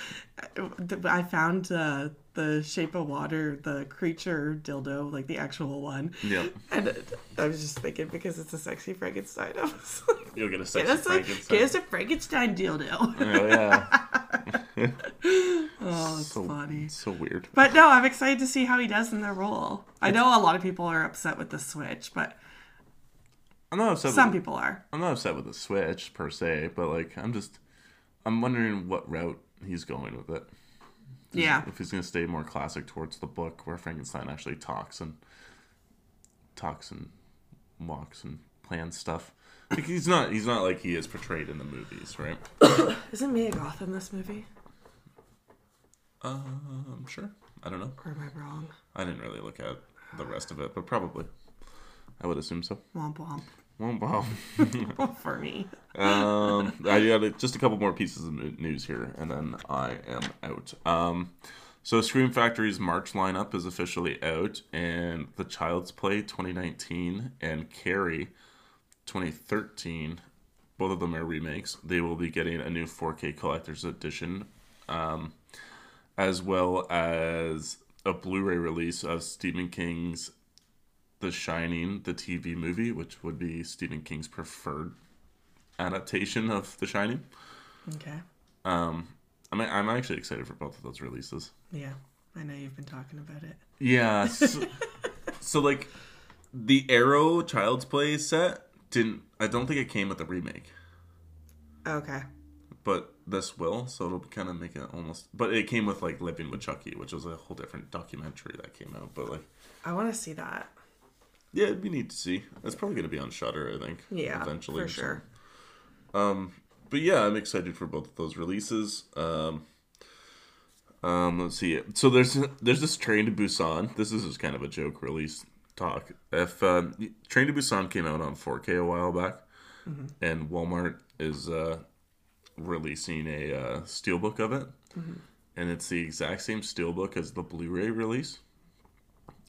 I found uh, the Shape of Water, the creature dildo, like the actual one.
Yeah.
And I was just thinking because it's a sexy Frankenstein. I was like,
You'll get a
get
sexy
us a,
Frankenstein.
get us a Frankenstein dildo.
Oh yeah.
Oh, it's
so
funny.
So weird.
But no, I'm excited to see how he does in the role. I know a lot of people are upset with the switch, but
I'm not upset.
some
with,
people are.
I'm not upset with the Switch per se, but like I'm just I'm wondering what route he's going with it.
Yeah.
If he's gonna stay more classic towards the book where Frankenstein actually talks and talks and walks and plans stuff. Like he's not he's not like he is portrayed in the movies, right?
Isn't Mia Goth in this movie?
Um, sure. I don't know.
Or am I wrong?
I didn't really look at the rest of it, but probably. I would assume so.
Womp womp.
Well, wow.
For me.
um, I got a- just a couple more pieces of mo- news here, and then I am out. Um, So Scream Factory's March lineup is officially out, and The Child's Play 2019 and Carrie 2013, both of them are remakes. They will be getting a new 4K collector's edition, um, as well as a Blu-ray release of Stephen King's The Shining, the TV movie, which would be Stephen King's preferred adaptation of The Shining.
Okay.
I'm I'm actually excited for both of those releases.
Yeah. I know you've been talking about it.
Yeah. So, so like the Arrow Child's Play set didn't I don't think it came with the remake,
Okay.
but this will, so it'll kind of make it almost but it came with like Living with Chucky, which was a whole different documentary that came out, but like
I want to see that.
yeah, we need to see. It's probably going to be on Shutter, I think.
Yeah.
eventually
For
or something.
sure.
but yeah, I'm excited for both of those releases. Um, um, let's see. So there's there's this Train to Busan. This is just kind of a joke release talk. If um, Train to Busan came out on 4K a while back, and Walmart is uh, releasing a uh, steelbook of it, and it's the exact same steelbook as the Blu-ray release,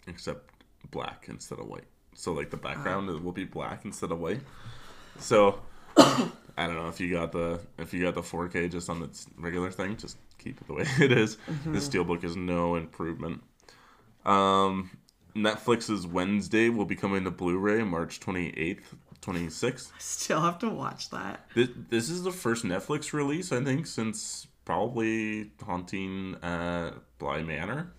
except black instead of white. So like the background will be black instead of white. So I don't know if you got the if you got the 4K just on its regular thing, just keep it the way it is. The steelbook is no improvement. Um, Netflix's Wednesday will be coming to Blu-ray March 28th, 26th.
Still have to watch that.
This, this is the first Netflix release I think since probably Haunting uh, Bly Manor.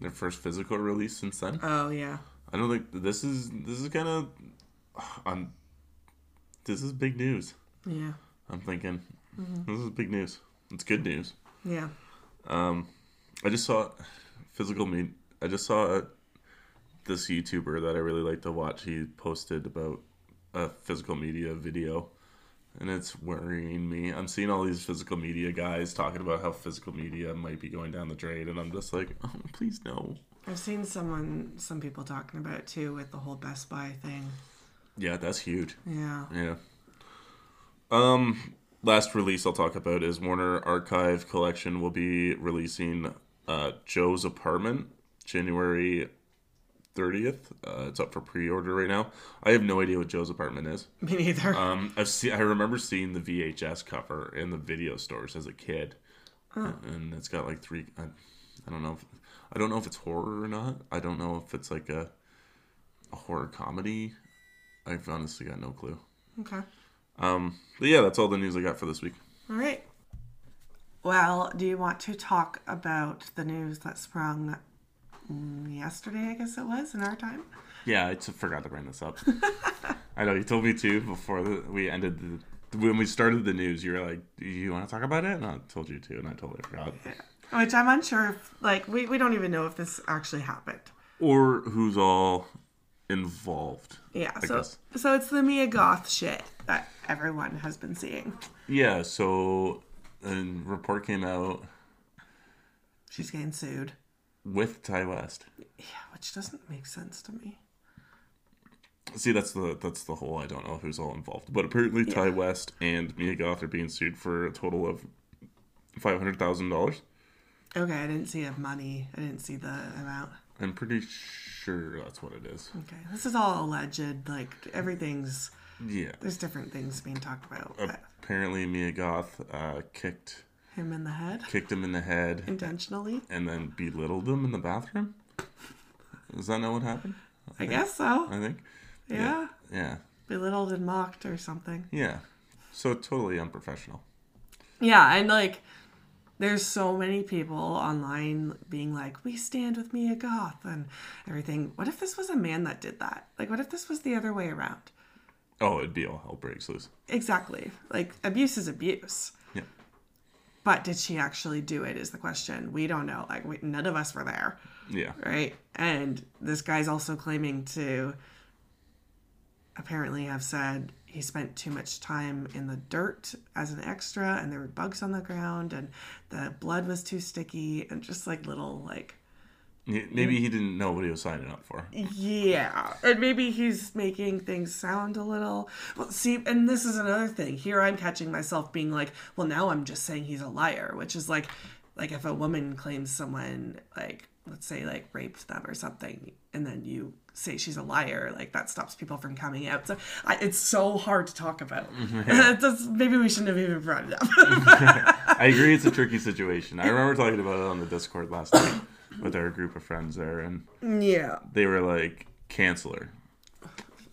Their first physical release since then.
Oh, yeah.
I don't think this is this is kind of I'm this is big news.
Yeah.
I'm thinking, this is big news. It's good news.
Yeah.
I just saw physical meat. I just saw uh, this YouTuber that I really like to watch. He posted about a physical media video, and it's worrying me. I'm seeing all these physical media guys talking about how physical media might be going down the drain, and I'm just like, oh, please no.
I've seen someone, some people talking about it too with the whole Best Buy thing.
Yeah, that's huge.
Yeah.
Yeah. Um, last release I'll talk about is Warner Archive Collection will be releasing uh, Joe's Apartment January 30th. Uh, it's up for pre-order right now. I have no idea what Joe's Apartment is.
Me neither.
Um, I've seen I remember seeing the VHS cover in the video stores as a kid, and it's got like three. I, I don't know. If, I don't know if it's horror or not. I don't know if it's like a a horror comedy. I've honestly got no clue.
okay.
Um, but yeah, that's all the news I got for this week.
All right. Well, do you want to talk about the news that sprung mm, yesterday, I guess it was, in our time?
Yeah, I just forgot to bring this up. I know you told me to before the, we ended the when we started the news. You were like, "Do you want to talk about it?" And I told you to, and I totally forgot.
Which I'm unsure if, like, we, we don't even know if this actually happened.
Or who's all involved?
Yeah,
I
so
guess.
so it's the Mia Goth shit that everyone has been seeing.
Yeah. So a report came out
She's getting sued,
with Ty West.
yeah, which doesn't make sense to me.
See, that's the that's the whole. I don't know who's all involved, but apparently Ty West and Mia Goth are being sued for a total of five hundred thousand dollars.
Okay, I didn't see the money. I didn't see the amount.
I'm pretty sure that's what it is.
Okay, this is all alleged. Like everything's
Yeah.
there's different things being talked about.
Oh.
But
Apparently, Mia Goth uh, kicked
him in the head
kicked him in the head
intentionally.
and then belittled him in the bathroom. Is that not what happened?
I guess so.
I think.
Yeah.
Yeah.
belittled and mocked or something.
Yeah. So totally unprofessional.
Yeah, and like there's so many people online being like, "We stand with Mia Goth" and everything. What if this was a man that did that? Like, what if this was the other way around?
Oh, it'd be all hell breaks loose.
Exactly. Like abuse is abuse.
Yeah.
But did she actually do it? Is the question. We don't know. Like we, none of us were there,
Yeah.
right? And this guy's also claiming to apparently have said he spent too much time in the dirt as an extra, and there were bugs on the ground, and the blood was too sticky, and just like little like
Yeah, Maybe he didn't know what he was signing up for.
Yeah, and maybe he's making things sound a little. Well, see, and this is another thing. Here I'm catching myself being like, well, now I'm just saying he's a liar, which is like, like if a woman claims someone like let's say like raped them or something and then you say she's a liar like that stops people from coming out so I, it's so hard to talk about That's- maybe we shouldn't have even brought it up
I agree it's a tricky situation. I remember talking about it on the Discord last night with our group of friends there and
yeah
they were like canceler.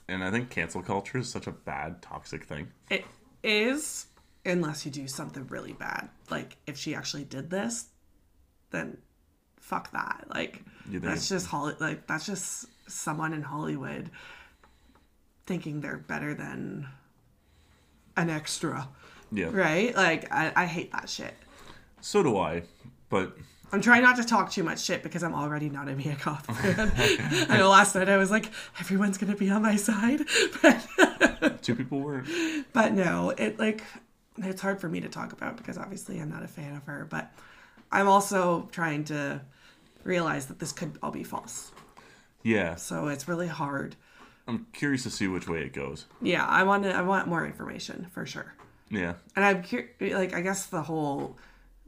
And I think cancel culture is such a bad toxic thing.
it is unless you do something really bad like if she actually did this then fuck that like
You think
that's just Holly like that's just someone in Hollywood thinking they're better than an extra
Yeah.
right like I, I hate that shit
So do I. But
I'm trying not to talk too much shit because I'm already not a Mia Goth fan. I know last night I was like, everyone's gonna be on my side, but
two people were
but no, it like it's hard for me to talk about because obviously I'm not a fan of her, but I'm also trying to realize that this could all be false.
Yeah.
So it's really hard.
I'm curious to see which way it goes.
Yeah, I want to I want more information for sure.
Yeah.
And I'm cur- like I guess the whole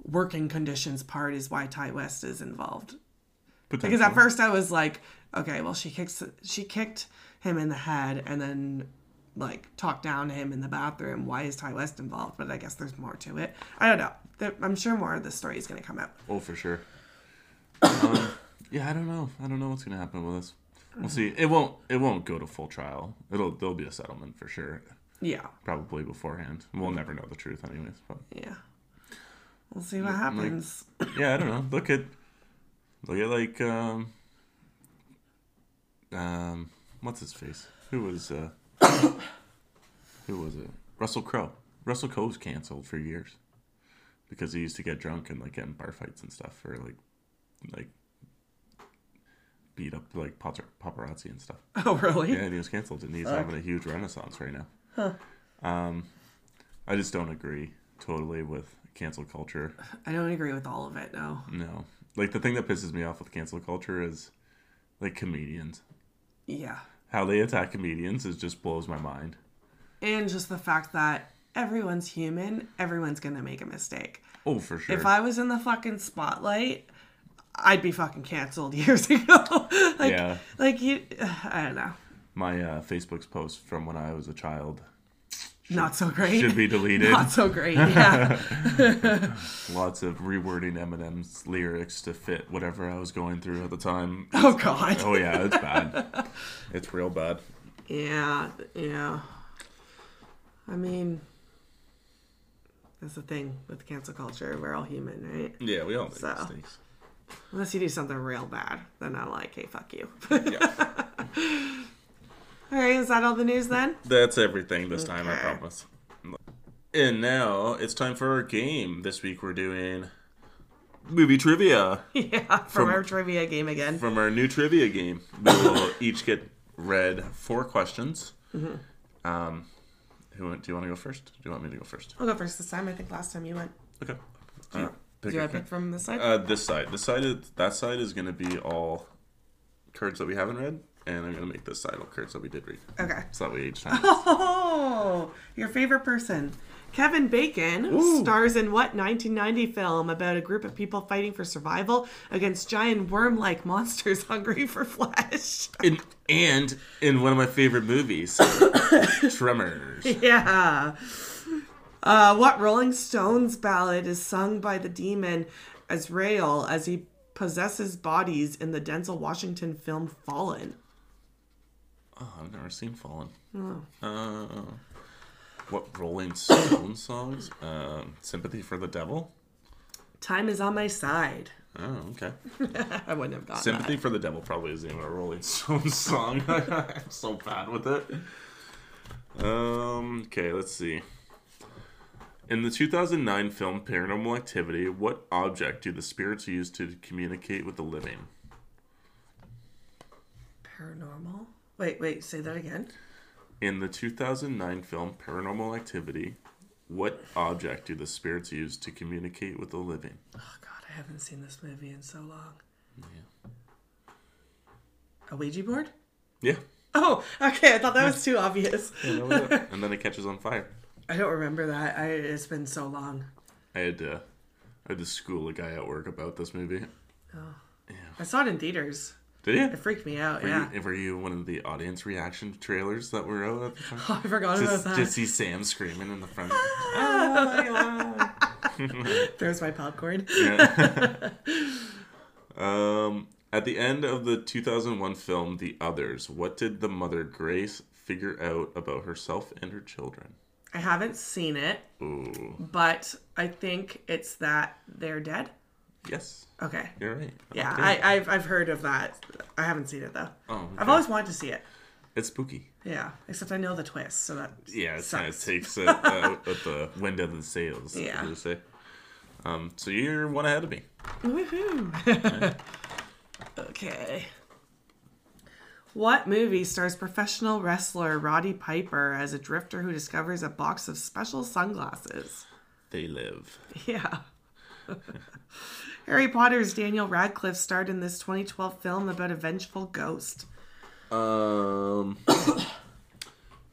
working conditions part is why Ty West is involved
Potentially.
Because at first I was like, okay, well she kicks she kicked him in the head and then like talked down to him in the bathroom. Why is Ty West involved? But I guess there's more to it. I don't know. There, I'm sure more of the story is going to come out.
Oh, for sure. um, yeah, I don't know. I don't know what's gonna happen with this. We'll see. It won't. It won't go to full trial. It'll. There'll be a settlement for sure.
Yeah,
Probably beforehand. We'll never know the truth, anyways. But
yeah. We'll see what happens.
yeah, I don't know. Look at. Look at like um. Um, what's his face? Who was uh? who was it? Russell Crowe. Russell Crowe was canceled for years, because he used to get drunk and like get in bar fights and stuff, or like, like beat up like papar- paparazzi and stuff.
oh, really?
Yeah, and he was canceled, and he's having a huge renaissance right now. Um, I just don't agree totally with cancel culture.
I don't agree with all of it. No.
No, like the thing that pisses me off with cancel culture is like comedians.
Yeah,
How they attack comedians is just blows my mind.
and just the fact that everyone's human. Everyone's going to make a mistake.
Oh, for sure.
If I was in the fucking spotlight, I'd be fucking canceled years ago. like,
Yeah.
like you, I don't know.
my uh, Facebook's post from when I was a child
Not so great.
should be deleted.
Not so great. Yeah.
Lots of rewording Eminem's lyrics to fit whatever I was going through at the time.
oh God.
Oh yeah, it's bad. it's real bad.
Yeah. Yeah. I mean, that's the thing with cancel culture. We're all human, right?
Yeah, we all make
So.
mistakes.
Unless you do something real bad, then I'm like, hey, fuck you.
Yeah,
all right. Is that all the news then?
that's everything this time. I
Okay.
promise. And now it's time for our game. This week we're doing movie trivia
yeah. From, our trivia game again.
from our new trivia game. We will each get read four questions.
Mm-hmm.
Um, who want- do you want to go first? Do you want me to go first?
I'll go first this time. I think last time you went.
Okay. Uh, pick
Do
a-
I pick from this side?
Uh, this side. This side. Is, that side is going to be all cards that we haven't read, and I'm going to make this side all cards that we did read.
okay.
So that way each time.
Oh, your favorite person. Kevin Bacon
Ooh.
stars in what 1990 film about a group of people fighting for survival against giant worm like monsters hungry for flesh?
in, and in one of my favorite movies, Tremors.
yeah. Uh, what Rolling Stones ballad is sung by the demon Azrael as he possesses bodies in the Denzel Washington film Fallen?
Oh, I've never seen Fallen.
Oh.
Uh, what Rolling Stone songs? Um, Sympathy for the Devil.
Time is on my side.
Oh, okay.
I wouldn't have gotten
Sympathy for the Devil probably is the name of a Rolling Stones song. I'm so bad with it. Um, okay, let's see. In the 2009 film Paranormal Activity, what object do the spirits use to communicate with the living?
that. Paranormal. Wait, wait, say that again.
In the 2009 film Paranormal Activity, what object do the spirits use to communicate with the living?
Oh God, I haven't seen this movie in so long. A Ouija board?
Yeah.
Oh, okay. I thought that was too obvious.
and then it catches on fire.
I don't remember that. I, it's been so long.
I had to I had to school a guy at work about this movie.
I saw it in theaters.
Did you?
It freaked me out.
Were,
yeah.
you, were you one of the audience reaction trailers that were out at the time?
Oh, I forgot
Just,
about that. Oh,
just see Sam screaming in the front.
There's my popcorn.
um, at the end of the 2001 film The Others, what did the mother Grace figure out about herself and her children?
I haven't seen it,
Ooh,
but I think it's that they're dead.
yes,
Okay.
you're right.
Yeah,
Okay.
I, I've, I've heard of that. I haven't seen it though.
Oh,
I've
okay.
always wanted to see it.
it's spooky.
Yeah, except I know the twist, so that
Yeah, it kind of
sucks.
takes it out at the wind of the sails. as
Yeah.
they say. Um, so you're one ahead of me.
Woohoo! okay. What movie stars professional wrestler Roddy Piper as a drifter who discovers a box of special sunglasses?
They live.
Yeah. Harry Potter's Daniel Radcliffe starred in this 2012 film about a vengeful ghost.
Um,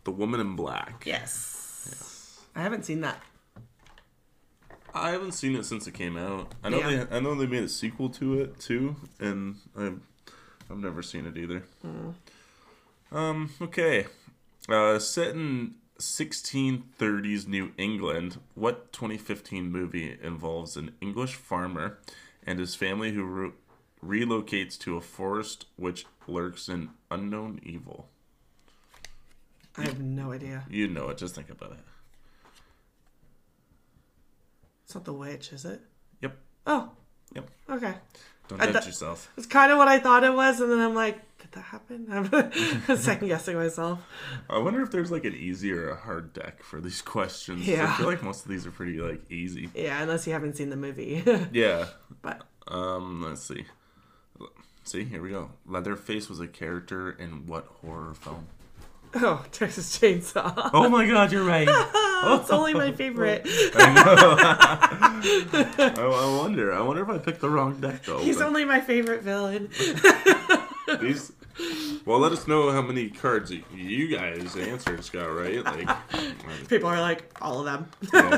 the woman in black.
Yes. I haven't seen that.
I haven't seen it since it came out. I know
Yeah.
they I know they made a sequel to it too, and I've I've never seen it either. Um, okay. Uh, set in 1630s New England, what 2015 movie involves an English farmer and his family who re- relocates to a forest which lurks an unknown evil?
I have no idea.
You know it. Just think about it.
It's not The Witch, is it?
Yep.
Oh,
Yep.
okay.
Don't
I
touch
thought-
yourself.
It's kind of what I thought it was, and then I'm like, did that happen? I'm second guessing myself.
I wonder if there's like an easy or a hard deck for these questions.
Yeah.
I feel like most of these are pretty like easy.
Yeah, unless you haven't seen the movie.
Yeah.
but
Um, let's see. See, here we go. Leatherface was a character in what horror film?
oh, Texas Chainsaw. Oh,
Oh my god, you're right. Oh,
it's only my favorite.
I, I wonder. I wonder if I picked the wrong deck though.
He's
but
only my favorite villain.
these Well, let us know how many cards y- you guys answers got right. Like
People are like, all of them.
no,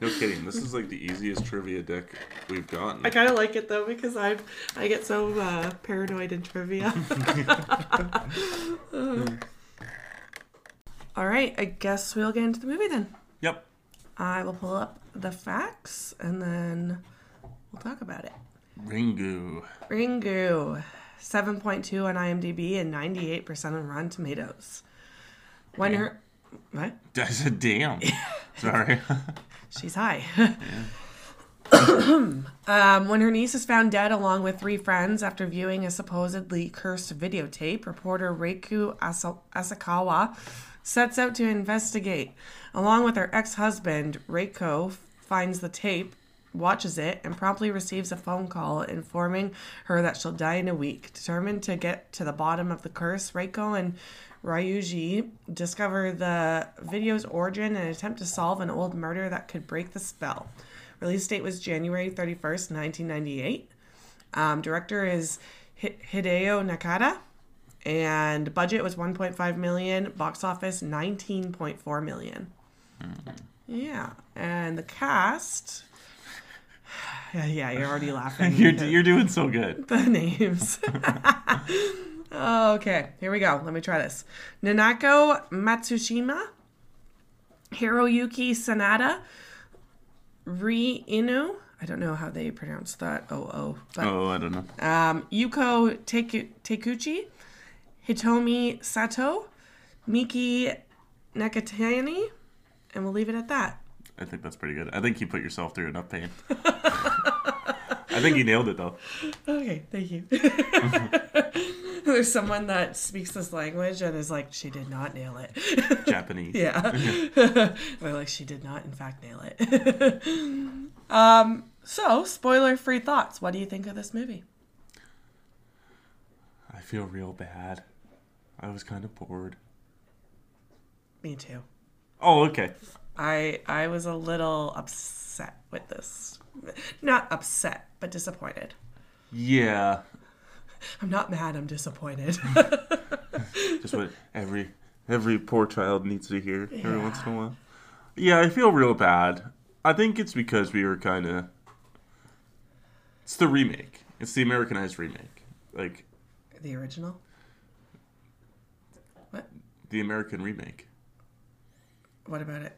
no kidding. This is like the easiest trivia deck we've gotten.
I kind of like it though because I'm I get so uh, paranoid in trivia. All right, I guess we'll get into the movie then.
Yep.
I will pull up the facts and then we'll talk about it.
Ringu.
Ringu, 7.2 on IMDb and 98% on Rotten Tomatoes. When her, what?
I said damn. Sorry.
She's high. um, when her niece is found dead along with three friends after viewing a supposedly cursed videotape, reporter Reiku Asa- Asakawa sets out to investigate. Along with her ex husband, Reiko finds the tape, watches it, and promptly receives a phone call informing her that she'll die in a week. Determined to get to the bottom of the curse, Reiko and Ryuji discover the video's origin and attempt to solve an old murder that could break the spell. Release date was January 31st, 1998. Um, director is Hi- Hideo Nakata. And budget was 1.5 million, box office 19.4 million. Yeah. And the cast. Yeah, yeah, you're already laughing.
You're, you're doing so good.
the names. okay, here we go. Let me try this. Nanako Matsushima, Hiroyuki Sanada, Ri Inu. I don't know how they pronounce that. Oh, oh. But
Oh, I don't know.
um, Yuko Teku- Tekuchi, Hitomi Sato, Miki Nakatani, and we'll leave it at that.
I think that's pretty good. I think you put yourself through enough pain. I think you nailed it though.
Okay, thank you. There's someone that speaks this language and is like, she did not nail it.
Japanese.
Yeah. Or like she did not in fact nail it. um so, spoiler free thoughts. What do you think of this movie?
I feel real bad. I was kind of bored.
Me too.
Oh, okay.
I I was a little upset with this. Not upset, but disappointed.
Yeah.
I'm not mad, I'm disappointed.
Just what every every poor child needs to hear every
Yeah.
once in a while. Yeah, I feel real bad. I think it's because we were kind of It's the remake. It's the Americanized remake. Like
The original? What?
the American remake.
What about it?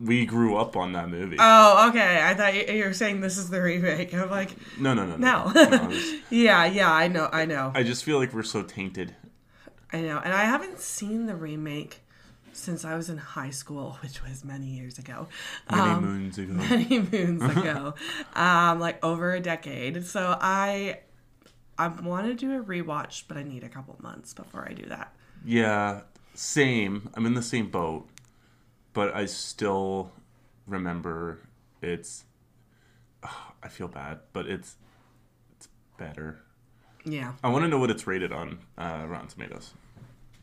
We grew up on that movie.
Oh, okay. I thought you, you were saying this is the remake. I'm like,
no, no, no,
no.
I was-
yeah, yeah, I know, I know.
I just feel like we're so tainted.
I know, and I haven't seen the remake since I was in high school, which was many years ago,
Many
um,
moons ago.
many moons ago, um, like over a decade. So I, I want to do a rewatch, but I need a couple months before I do that.
Yeah, same. I'm in the same boat, but I still remember it's. Ugh, I feel bad, but it's it's better.
Yeah,
I want to know what it's rated on uh, Rotten Tomatoes.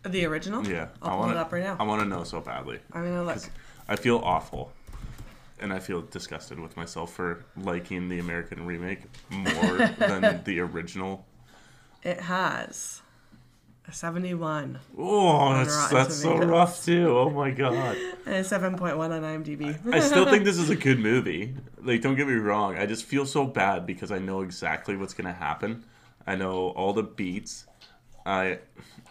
the original.
Yeah,
I'll
I
pull
want
it up right now.
I want to know so badly.
I'm gonna look.
I feel awful, and I feel disgusted with myself for liking the American remake more than the original.
It has a 71
Oh, that's
Rotten
that's so
Tomatoes.
rough too. Oh my god.
and a 7.1 on IMDb.
I still think this is a good movie. Like, don't get me wrong. I just feel so bad because I know exactly what's gonna happen. I know all the beats. I,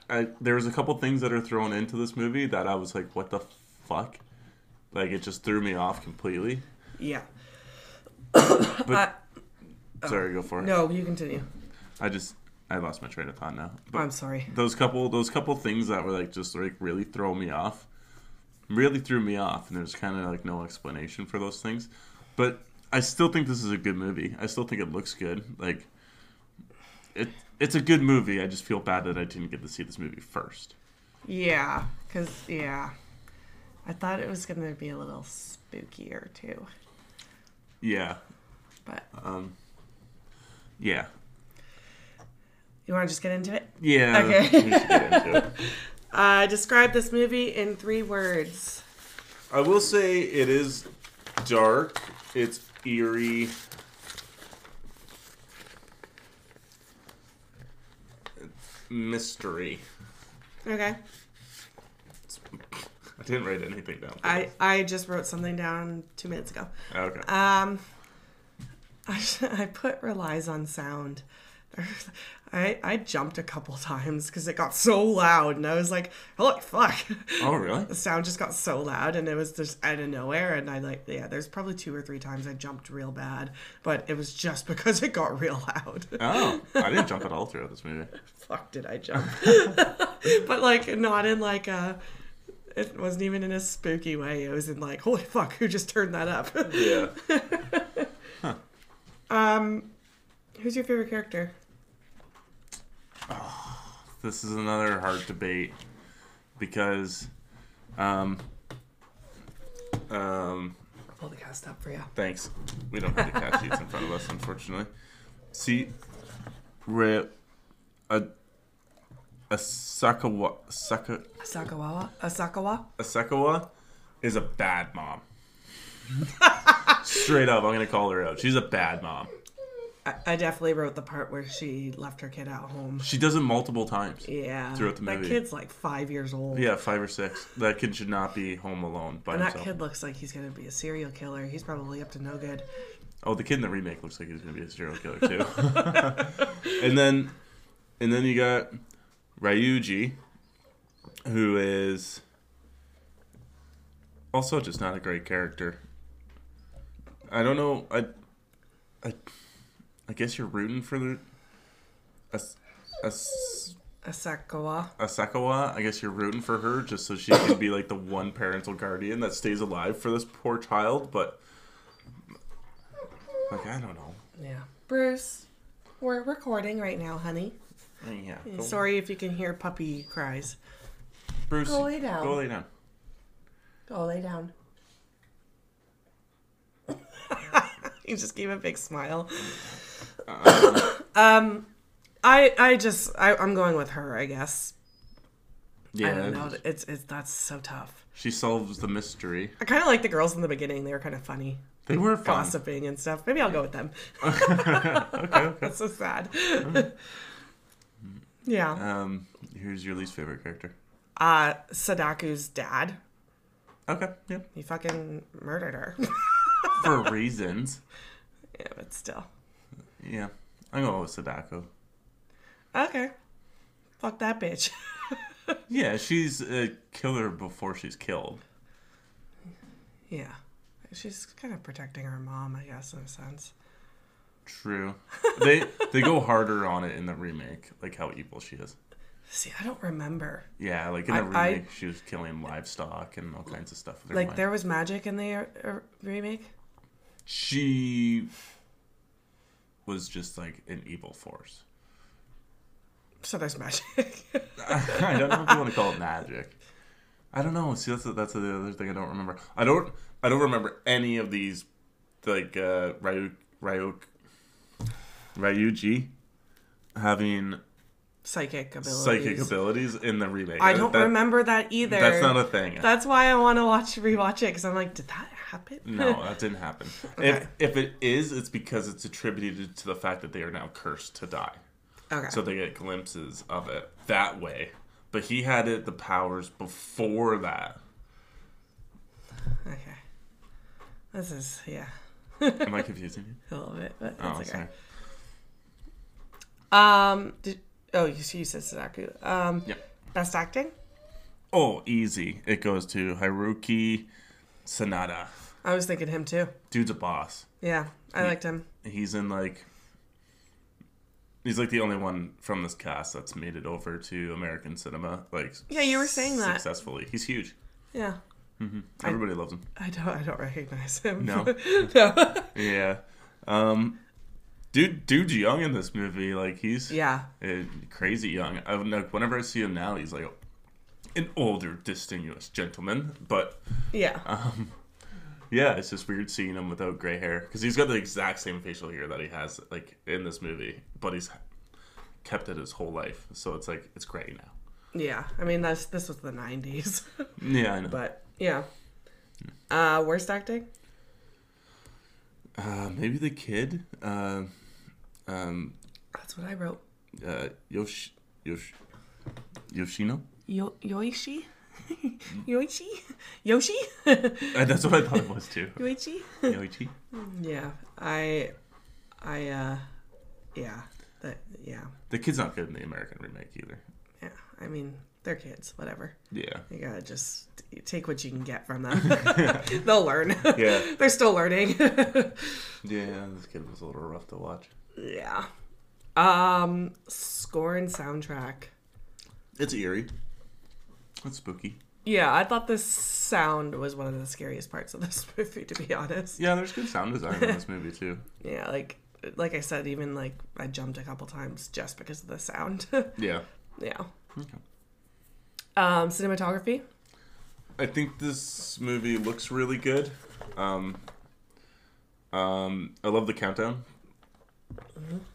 I there was a couple things that are thrown into this movie that I was like, what the fuck? Like, it just threw me off completely.
yeah. Uh,
But sorry, go for it.
No, you continue.
I just I lost my train of thought now. But
I'm sorry.
those couple those couple things that were like just like really throw me off really threw me off and there's kind of like no explanation for those things but i still think this is a good movie i still think it looks good like it it's a good movie i just feel bad that i didn't get to see this movie first
Yeah, because, yeah. I thought it was going to be a little spookier too,
yeah
but
um yeah
you want to just get into it?
yeah
Okay.
we should get into it.
Uh, describe this movie in three words.
I will say it is dark. It's eerie. Mystery.
Okay.
I didn't write anything down. for
I, I just wrote something down two minutes ago.
this. okay.
Um, I, I put relies on sound. I, I jumped a couple times because it got so loud, and I was like, "Holy fuck!"
oh really?
The sound just got so loud, and it was just out of nowhere. And I like, yeah, there's probably two or three times I jumped real bad, but it was just because it got real loud.
Oh, I didn't jump at all throughout this movie.
fuck did I jump? but like not in like a it wasn't even in a spooky way. It was in like, holy fuck, who just turned that up?
Yeah.
Who's your favorite character?
This is another hard debate because, um, um,
I'll pull the cast up for you.
Thanks. We don't have the cash sheets in front of us, unfortunately. See, rip a a sakawa saka
Asakawa? Asakawa?
a sakawa is a bad mom. Straight up, I'm gonna call her out. She's a bad mom.
I, I definitely wrote the part where she left her kid at home.
She does it multiple times.
Yeah.
Throughout the
That
movie.
kid's like five years old.
Yeah, five or six. That kid should not be home alone by
And that
himself.
kid looks like he's gonna be a serial killer. He's probably up to no good.
Oh, the kid in the remake looks like he's gonna be a serial killer too. and then, and then you got Ryuji, who is also just not a great character. I don't know. I, I, I guess you're rooting for the, As- As-
Asakawa.
Asakawa. I guess you're rooting for her just so she can be like the one parental guardian that stays alive for this poor child. But like, I don't know.
Yeah. Bruce, we're recording right now, honey.
Yeah. go-
Sorry if you can hear puppy cries.
Bruce,
Go lay down.
Go lay down.
Go Oh, lay down. he just gave a big smile. um, I I just I, I'm going with her. I guess. I don't know. It's it's that's so tough.
She solves the mystery.
I kind of like the girls in the beginning. They were kind of funny,
They were fun.
gossiping and stuff. Maybe I'll go with them.
Okay, okay.
that's so sad.
Mm-hmm.
yeah.
Um, here's your least favorite character.
Uh, Sadaku's dad.
Okay, yeah.
He fucking murdered her.
For reasons.
yeah, but still.
Yeah. I'm going with Sadako.
Okay. Fuck that bitch.
Yeah, she's a killer before she's killed.
yeah. She's kind of protecting her mom, I guess, in a sense.
True. They they go harder on it in the remake, like how evil she is.
See, I don't remember.
Yeah, like in the
I- I-
remake, she was killing livestock and all kinds of stuff. with her
Like,
mind.
there was magic in the uh, remake?
she was just like an evil force.
So there's magic.
I don't know if you want to call it magic. I don't know. See, that's the, that's the other thing I don't remember. I don't I don't remember any of these, like uh, Ryu Ryu Ryuji having
Psychic abilities.
psychic abilities in the remake.
I don't
That-
remember that either.
That's not a thing.
That's why I want to watch rewatch it because I'm like, did that happen?
no, that didn't happen.
Okay.
If if it is, it's because it's attributed to the fact that they are now cursed to die.
okay.
So they get glimpses of it that way. But he had it the powers before that.
okay. This is yeah,
Am I confusing you?
a little bit, but
Oh,
that's okay.
sorry.
Um, did, oh, you, you said Suzaku. Um,
Yeah.
best acting.
Oh, easy. It goes to Hiroki Sanada.
I was thinking him too.
Dude's a boss.
Yeah, I liked him.
He's in like he's like the only one from this cast that's made it over to American cinema. Like
Yeah, you were saying that.
successfully. He's huge.
Yeah,
Everybody loves him.
I don't, I don't recognize him.
No.
no.
Yeah. Um dude dude's young in this movie. Like he's
yeah,
uh, crazy young. I would, like whenever I see him now, he's like an older, distinguished gentleman. But
yeah.
Uh-huh. yeah, it's just weird seeing him without gray hair because he's got the exact same facial hair that he has like in this movie, but he's kept it his whole life. So it's like it's gray now.
Yeah, I mean that's this was the '90s,
Yeah, I know.
but yeah.
Hmm.
Uh, worst acting.
uh, maybe the kid, uh, um,
That's what I wrote.
uh, Yosh, Yosh, Yoshino.
Yo- Yoichi. Yoichi. Yoshi.
Uh, that's what I thought it was too.
Yoichi.
Yoichi.
Yeah, I, I, uh, yeah, that, yeah,
The kid's not good in the American remake either.
yeah. I mean, they're kids, whatever.
Yeah.
You gotta just t- take what you can get from them. They'll learn.
Yeah.
they're still learning.
Yeah, this kid was a little rough to watch.
yeah. Um, score and soundtrack.
It's eerie. It's spooky.
Yeah, I thought the sound was one of the scariest parts of this movie, to be honest.
Yeah, there's good sound design in this movie too.
Yeah, like like I said, even like I jumped a couple times just because of the sound.
Yeah.
yeah.
Okay.
Um, cinematography.
I think this movie looks really good. Um, um, I love the countdown.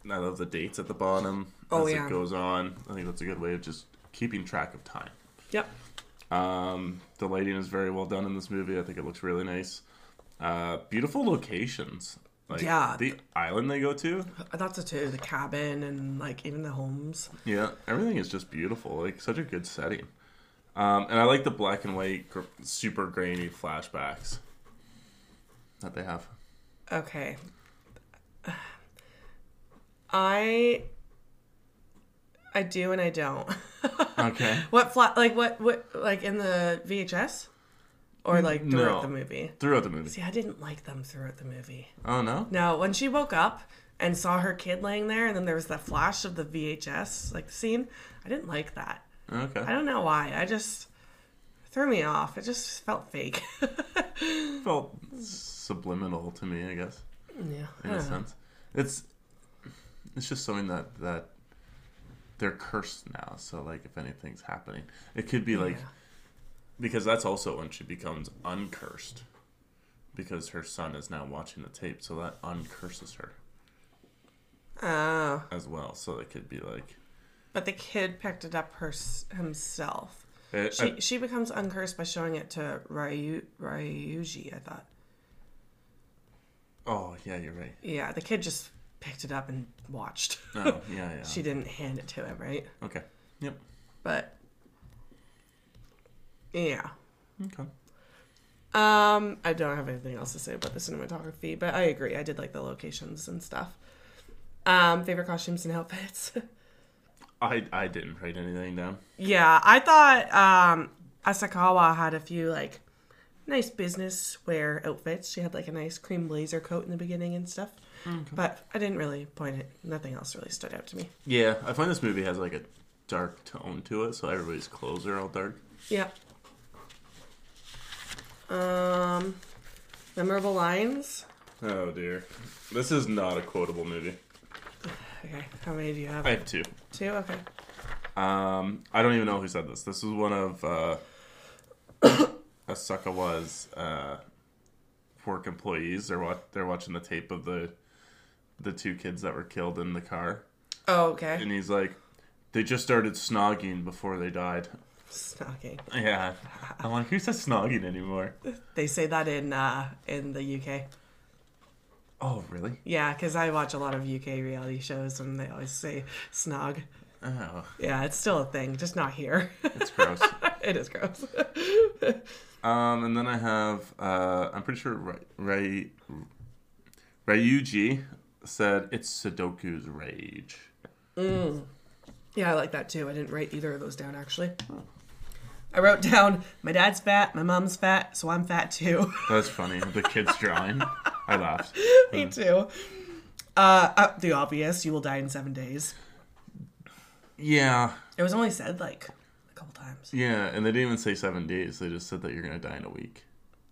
And I love the dates at the bottom
Oh,
as
yeah.
it goes on. I think that's a good way of just keeping track of time.
Yep.
Um, the lighting is very well done in this movie. I think it looks really nice. Uh, beautiful locations. Like
Yeah.
the island they go to.
I thought so too. The cabin and like even the homes.
Yeah, everything is just beautiful. Like such a good setting. Um, and I like the black and white, gr- super grainy flashbacks that they have.
Okay. I I do and I don't.
Okay.
what flat like what what like in the VHS or like throughout
no.
the movie?
Throughout the movie.
See, I didn't like them throughout the movie.
Oh no.
No, when she woke up and saw her kid laying there and then there was that flash of the VHS like scene, I didn't like that. I
Okay.
don't know why. I just it threw me off. It just felt fake.
It felt subliminal to me, I guess,
yeah. I
in a
don't know.
sense. It's it's just something that that they're cursed now. So like, if anything's happening, it could be like
Yeah.
because that's also when she becomes uncursed because her son is now watching the tape, so that uncurses her.
Oh.
as well. So it could be like
But the kid picked it up her, himself.
it,
She she becomes uncursed by showing it to Ryu Ryuji. I thought.
I- oh yeah, you're right.
Yeah, the kid just picked it up and watched.
Oh yeah, yeah.
she didn't hand it to him, right?
okay. Yep.
But yeah.
Okay.
Um, I don't have anything else to say about the cinematography, but I agree. I did like the locations and stuff. Um, favorite costumes and outfits.
I I didn't write anything down.
yeah, I thought um, Asakawa had a few like nice business wear outfits. She had like a nice cream blazer coat in the beginning and stuff. But I didn't really point it. Nothing else really stood out to me.
Yeah, I find this movie has like a dark tone to it, so everybody's clothes are all dark.
Yeah. Um, memorable lines.
Oh dear, this is not a quotable movie.
Okay, how many do you have?
I have two.
Two. Okay.
Um, I don't even know who said this. This is one of uh, Asakawa's uh, work employees. They're wa- they're watching the tape of the the two kids that were killed in the car,
Oh, okay.
and he's like, "They just started snogging before they died."
Snogging.
Yeah, I'm like, who says snogging anymore?
They say that in uh, in the UK.
Oh, really?
Yeah, because I watch a lot of UK reality shows and they always say snog.
Oh,
Yeah, it's still a thing, just not here.
it's gross.
it is gross.
Um, and then I have, uh, I'm pretty sure Ray, Ray, Ryuji said, it's Sudoku's rage.
yeah, I like that too. I didn't write either of those down actually. I wrote down my dad's fat, my mom's fat, so I'm fat too.
That's funny. The kid's drawing. I laughed.
Me too. Uh, uh, the obvious, you will die in seven days.
Yeah.
It was only said like a couple times.
Yeah. And they didn't even say seven days. They just said that you're going to die in a week.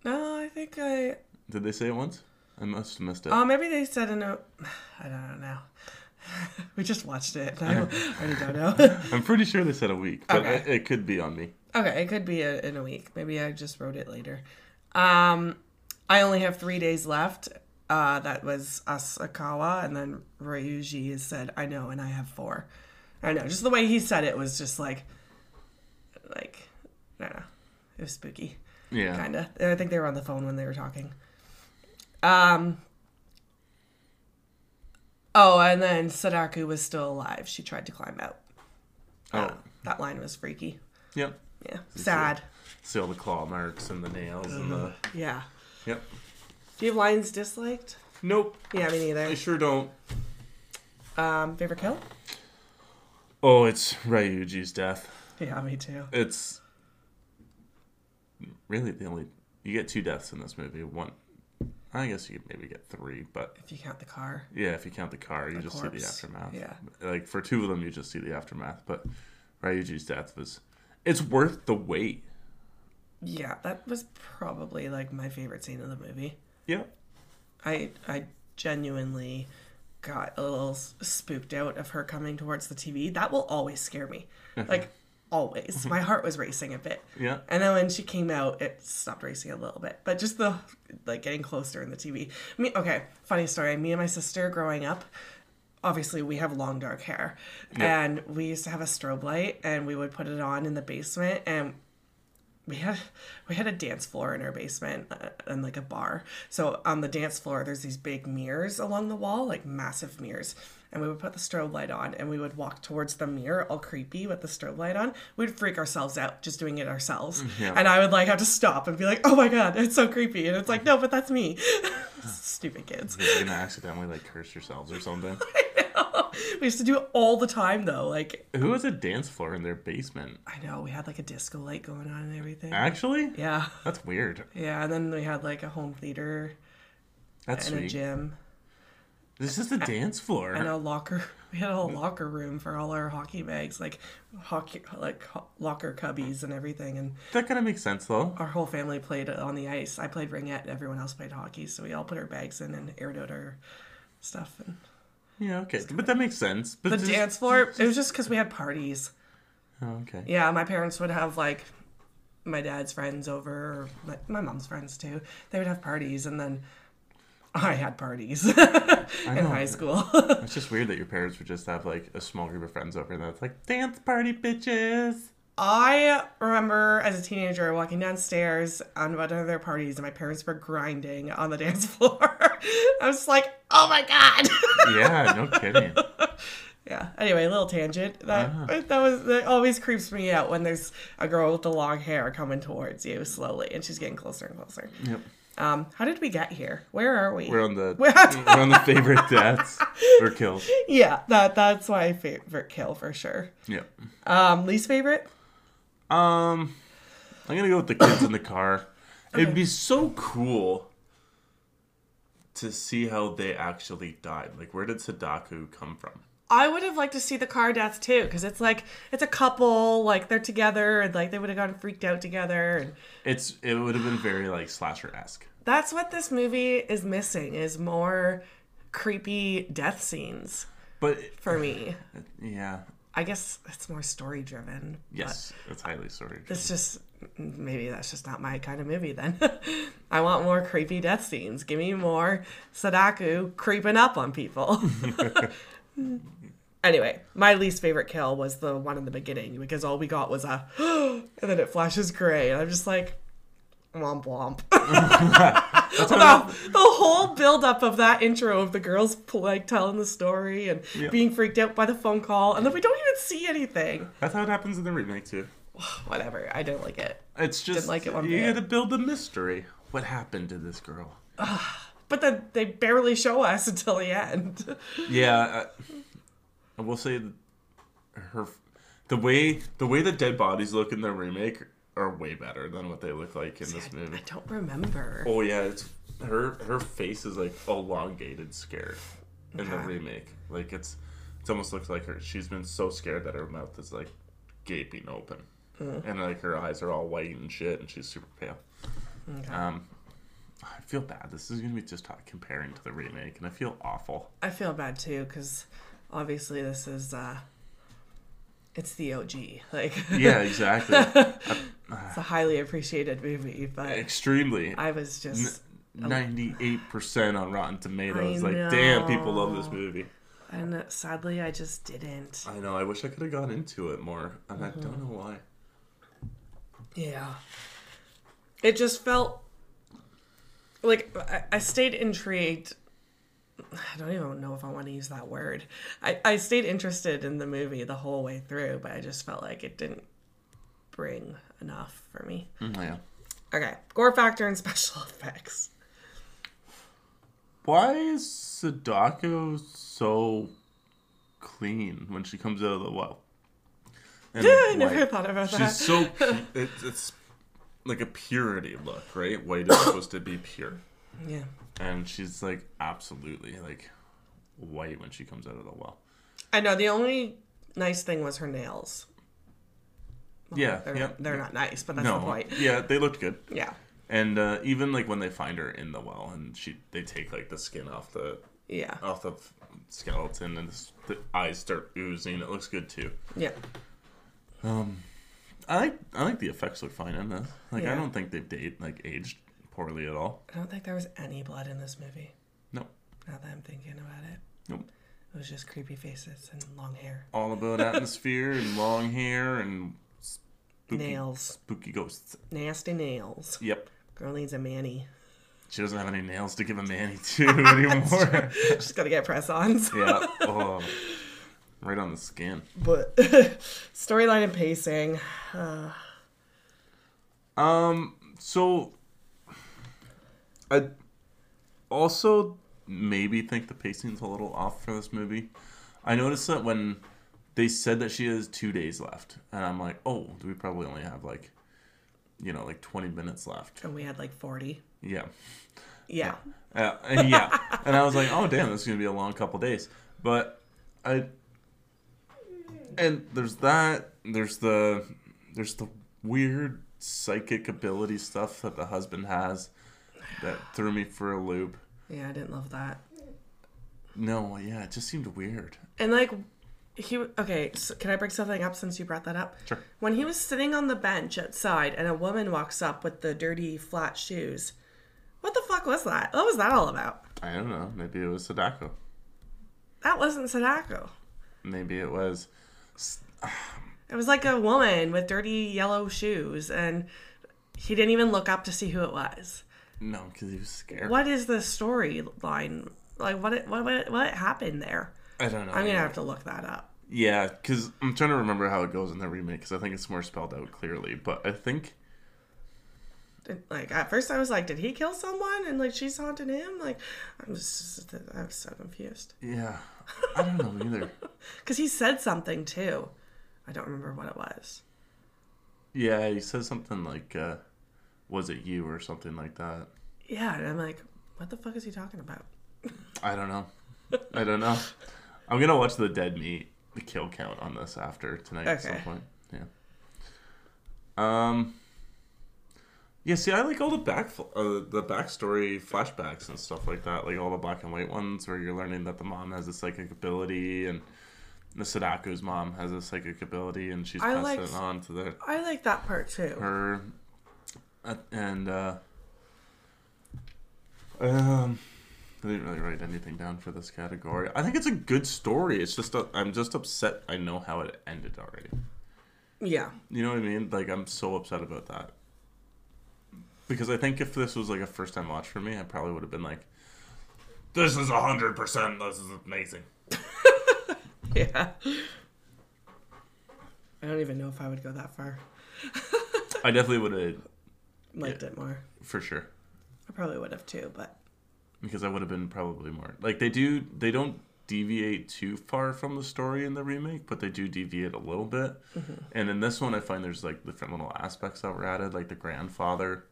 No, I think I.
Did they say it once? I must have missed it.
Oh, maybe they said in a. I don't know. we just watched it. and I already don't know.
I'm pretty sure they said a week, but
Okay.
it, it could be on me.
Okay, it could be a, in a week. Maybe I just wrote it later. Um, I only have three days left. Uh, that was Asakawa, and then Ryuji has said, "I know," and I have four. I don't know. Just the way he said it was just like, like, I don't know. It was spooky,
Yeah.
kind of. And I think they were on the phone when they were talking. Um. Oh, and then Sadaku was still alive. She tried to climb out.
Oh,
That line was freaky.
yep.
Yeah, sad.
See all the claw marks and the nails and the.
Yeah.
Yep.
Do you have lines disliked?
Nope.
Yeah, me
I
neither.
sure don't.
Um, favorite kill?
Oh, it's Ryuji's death.
Yeah, me too.
it's really the only you get two deaths in this movie. One, I guess you could maybe get three, but
If you count the car.
yeah, if you count the car, you just see the
corpse,
aftermath.
yeah.
like for two of them, you just see the aftermath. But Ryuji's death was it's worth the wait.
Yeah, that was probably like my favorite scene of the movie.
Yeah,
I I genuinely got a little s- spooked out of her coming towards the TV. That will always scare me. Like always. My heart was racing a bit.
yeah,
And then when she came out, it stopped racing a little bit. But just the like getting closer in the TV. Me okay, funny story. Me and my sister growing up, obviously we have long dark hair. And we used to have a strobe light and we would put it on in the basement and we had we had a dance floor in our basement uh, and like a bar. So on the dance floor, there's these big mirrors along the wall, like massive mirrors. And we would put the strobe light on, and we would walk towards the mirror, all creepy, with the strobe light on. We'd freak ourselves out just doing it ourselves. And I would like have to stop and be like, "Oh my god, it's so creepy!" And it's like, "No, but that's me." Stupid kids.
you're gonna accidentally like curse yourselves or something.
We used to do it all the time, though. Like,
Who has a dance floor in their basement?
I know we had like a disco light going on and everything.
Actually,
Yeah,
that's weird.
yeah. And then we had like a home theater
That's
and a
sweet.
gym.
This is a dance
and
floor.
a locker. We had a whole locker room for all our hockey bags, like hockey, like ho- locker cubbies and everything. And
That kind of makes sense though.
our whole family played on the ice. I played ringette. Everyone else played hockey. So we all put our bags in and aired out our stuff. And
Yeah, okay, but that makes sense. But
the
just-
dance floor. It was just because we had parties.
Oh, okay.
Yeah, my parents would have like my dad's friends over, or my, my mom's friends too. They would have parties, and then I had parties in
know.
high school.
It's just weird that your parents would just have like a small group of friends over and that's like dance party bitches.
I remember as a teenager walking downstairs on one of their parties, and my parents were grinding on the dance floor. I was like, "Oh my god!"
Yeah, no kidding.
yeah. Anyway, a little tangent. That that was that always creeps me out when there's a girl with the long hair coming towards you slowly, and she's getting closer and closer.
Yep.
Um, how did we get here? Where are we?
We're on the
We're on-
we're on the favorite deaths or kills.
yeah, that that's my favorite kill for sure.
Yeah.
Um, least favorite?
Um, I'm gonna go with the kids in the car. It'd be so cool to see how they actually died. Like, where did Sadako come from?
I would have liked to see the car death too, because it's like it's a couple, like they're together, and like they would have gotten freaked out together. And
It's it would have been very like slasher esque.
that's what this movie is missing: is more creepy death scenes
But
for me.
yeah,
I guess it's more story driven.
yes, it's highly story.
It's just maybe that's just not my kind of movie then. I want more creepy death scenes. Give me more Sadako creeping up on people. anyway, my least favorite kill was the one in the beginning because all we got was a and then it flashes gray and I'm just like womp womp. the, the whole buildup of that intro of the girls like telling the story and being freaked out by the phone call and then we don't even see anything.
That's how it happens in the remake too.
Whatever, I don't like it.
It's just
like it one
you got
bit.
to build the mystery. What happened to this girl?
But then they barely show us until the end.
Yeah, I, I will say th- her the way the way the dead bodies look in the remake are way better than what they look like in this
I
movie.
don't remember.
Oh yeah, it's her her face is like elongated, scared in the
Okay.
remake. Like it's it almost looks like her she's been so scared that her mouth is like gaping open,
Mm.
and like her eyes are all white and shit, and she's super pale. Um, I feel bad. This is gonna be just hot comparing to the remake, and I feel awful.
I feel bad too because obviously this is uh it's the OG. Like
Yeah, exactly.
it's a highly appreciated movie, but
Extremely.
I was just
Ninety-eight percent on Rotten Tomatoes.
I
like, damn, people
know.
love this movie.
and sadly I just didn't.
I know. I wish I could have gone into it more, and
Mm-hmm.
I don't know why.
Yeah. It just felt like I, I stayed intrigued. I don't even know if I want to use that word. I, I stayed interested in the movie the whole way through, but I just felt like it didn't bring enough for me.
Mm, Yeah.
Okay, gore factor and special effects.
Why is Sadako so clean when she comes out of the well? And
I never
white.
thought about that.
She's so pu- it's, it's like a purity look, right? White is supposed to be pure,
yeah.
and she's like absolutely like white when she comes out of the well.
I know the only nice thing was her nails.
yeah,
They're,
yeah.
they're not nice, but that's
no,
the point.
yeah, they looked good.
Yeah.
And uh, even like when they find her in the well, and she they take like the skin off the
Yeah.
off the f- skeleton, and s- the eyes start oozing. It looks good too.
Yeah.
I like I like the effects look fine in this. Like I
Yeah.
don't think they've date like aged poorly at all.
I don't think there was any blood in this movie.
No,
Now that I'm thinking about it.
nope.
It was just creepy faces and long hair.
All about atmosphere and long hair and spooky,
Nails.
spooky ghosts.
Nasty nails.
Yep.
Girl needs a manny.
She doesn't have any nails to give a manny to anymore.
She's got to get press ons.
yeah. Oh. Right on the skin.
But storyline and pacing.
Um. So, I also maybe think the pacing's a little off for this movie. I noticed that when they said that she has two days left, and I'm like, oh, we probably only have like, you know, like 20 minutes left.
And we had like 40.
Yeah.
Yeah.
Uh, and yeah. and I was like, oh damn, this is gonna be a long couple days. But I and there's that. There's the there's the weird psychic ability stuff that the husband has that threw me for a loop.
Yeah, I didn't love that.
No, yeah, it just seemed weird.
And like, he. Okay, so can I bring something up since you brought that up?
Sure.
When he was sitting on the bench outside and a woman walks up with the dirty, flat shoes, what the fuck was that? What was that all about?
I don't know. Maybe it was Sadako.
That wasn't Sadako.
Maybe it was.
It was like a woman with dirty yellow shoes, and he didn't even look up to see who it was.
No, because he was scared.
What is the storyline? Like, what, what, what, what happened there?
I don't know.
I'm gonna have to look that up.
Yeah, because I'm trying to remember how it goes in the remake because I think it's more spelled out clearly. But I think
like at first I was like, did he kill someone? And like she's haunting him. Like I'm just I'm so confused
Yeah. I don't know either.
because he said something too. I don't remember what it was.
Yeah, he says something like, uh, was it you or something like that?
Yeah, and I'm like, what the fuck is he talking about?
I don't know. I don't know. I'm gonna watch the dead meat, the kill count on this after tonight at some
Okay.
point. Yeah. Um. Yeah. See, I like all the back uh, the backstory flashbacks and stuff like that, like all the black and white ones where you're learning that the mom has a psychic ability and the Sadako's mom has a psychic ability and she's
I
passing
liked-
it on to the
I like that part too.
her uh, and uh um I didn't really write anything down for this category. I think it's a good story. It's just i I'm just upset I know how it ended already.
Yeah,
You know what I mean? Like I'm so upset about that. Because I think if this was like a first time watch for me, I probably would have been like this is 100%. This is amazing.
yeah. I don't even know if I would go that far.
I definitely would have
Liked it more.
for sure.
I probably would have too, but
because I would have been probably more like they do. They don't deviate too far from the story in the remake, but they do deviate a little bit. And in this one, I find there's like different little aspects that were added. Like the grandfather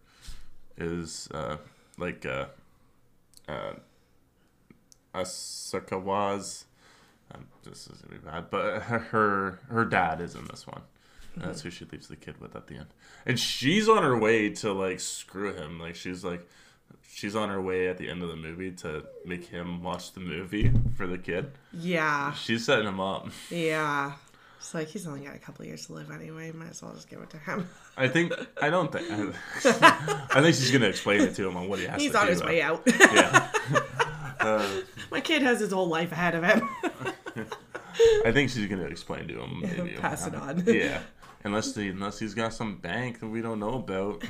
is uh, like uh, uh, Asakawa's. Um, this is gonna be bad, but her her dad is in this one. And That's who she leaves the kid with at the end, and she's on her way to like screw him. Like she's like, she's on her way at the end of the movie to make him watch the movie for the kid.
yeah,
She's setting him up.
yeah. It's like he's only got a couple years to live anyway. Might as well just give it to him.
I think I don't think I, think she's gonna explain it to him on what he has
He's
to
on
do.
his
though.
way out.
Yeah, Uh,
My kid has his whole life ahead of him.
I think she's gonna explain to him. Maybe
Pass it on.
Yeah, unless the, unless he's got some bank that we don't know about.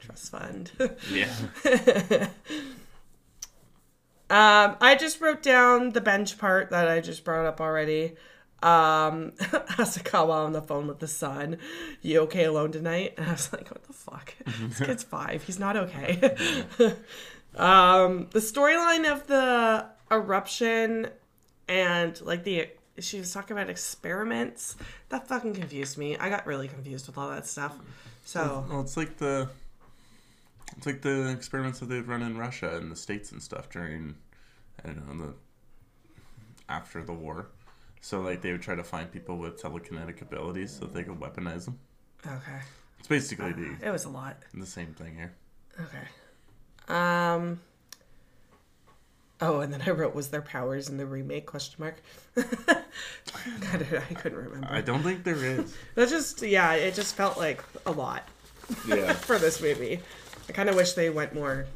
Trust fund.
Yeah.
Um, I just wrote down the bench part that I just brought up already. Um, Asakawa on the phone with the son. You okay alone tonight? And I was like, what the fuck? This kid's five. He's not okay. um, the storyline of the eruption and like the she was talking about experiments. That fucking confused me. I got really confused with all that stuff. So
Well, it's like the it's like the experiments that they've run in Russia and the states and stuff during I don't know the after the war. So like they would try to find people with telekinetic abilities so they could weaponize them.
okay,
It's basically the
it was a lot.
the same thing here.
Okay. Um. Oh, and then I wrote, "Was there powers in the remake?" Question mark. God, I couldn't remember.
I don't think there is.
That just yeah, it just felt like a lot
yeah.
for this movie. I kind of wish they went more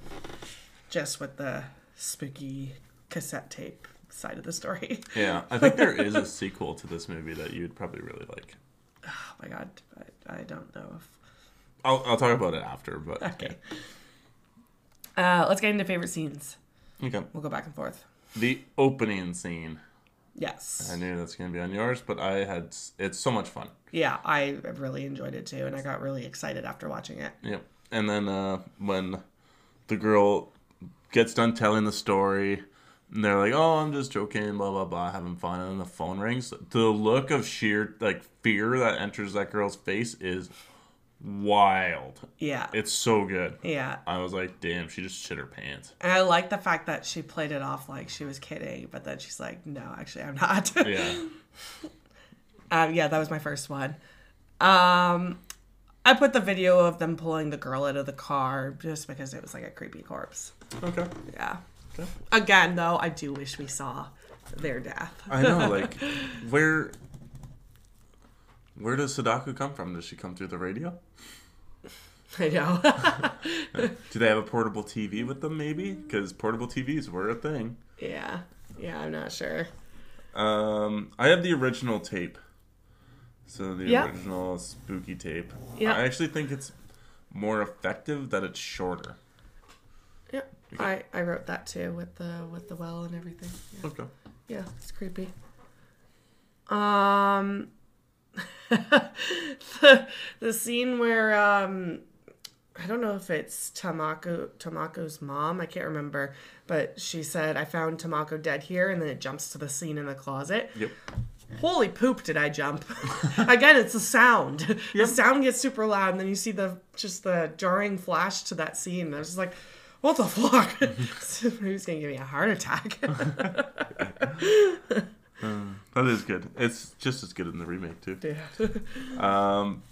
just with the spooky cassette tape side of the story.
Yeah. I think there is a sequel to this movie that you'd probably really like.
Oh my god, I, I don't know if
I'll I'll talk about it after, but
okay. Uh, let's get into favorite scenes.
okay.
We'll go back and forth.
The opening scene.
Yes.
I knew that's gonna be on yours, but I had s- it's so much fun.
Yeah, I really enjoyed it too, and I got really excited after watching it.
Yep. And then uh, when the girl gets done telling the story, and they're like, "Oh, I'm just joking," blah blah blah, having fun, and then the phone rings. The look of sheer like fear that enters that girl's face is wild.
Yeah,
It's so good.
yeah.
I was like, "Damn, she just shit her pants."
And I like the fact that she played it off like she was kidding, but then she's like, "No, actually, I'm not."
Yeah.
um, yeah, that was my first one. Um, I put the video of them pulling the girl out of the car just because it was like a creepy corpse.
okay.
Yeah.
Okay.
Again, though, I do wish we saw their death.
I know, like, where. Where does Sadako come from? Does she come through the radio?
I know.
Do they have a portable TV with them, maybe? Because portable TVs were a thing.
yeah. Yeah, I'm not sure.
Um, I have the original tape. So the
Yeah.
original spooky tape.
Yeah.
I actually think it's more effective that it's shorter.
Yeah. I, I wrote that too with the with the well and everything. Yeah.
Okay.
Yeah, it's creepy. Um, the, the scene where um, I don't know if it's Tamako Tamako's mom. I can't remember, but she said I found Tamako dead here, and then it jumps to the scene in the closet.
Yep.
Holy poop! Did I jump? Again, it's the sound. The sound gets super loud, and then you see the just the jarring flash to that scene. And I was just like, "What the fuck?" Somebody's gonna give me a heart attack.
That is good. It's just as good in the remake too.
yeah.
Um,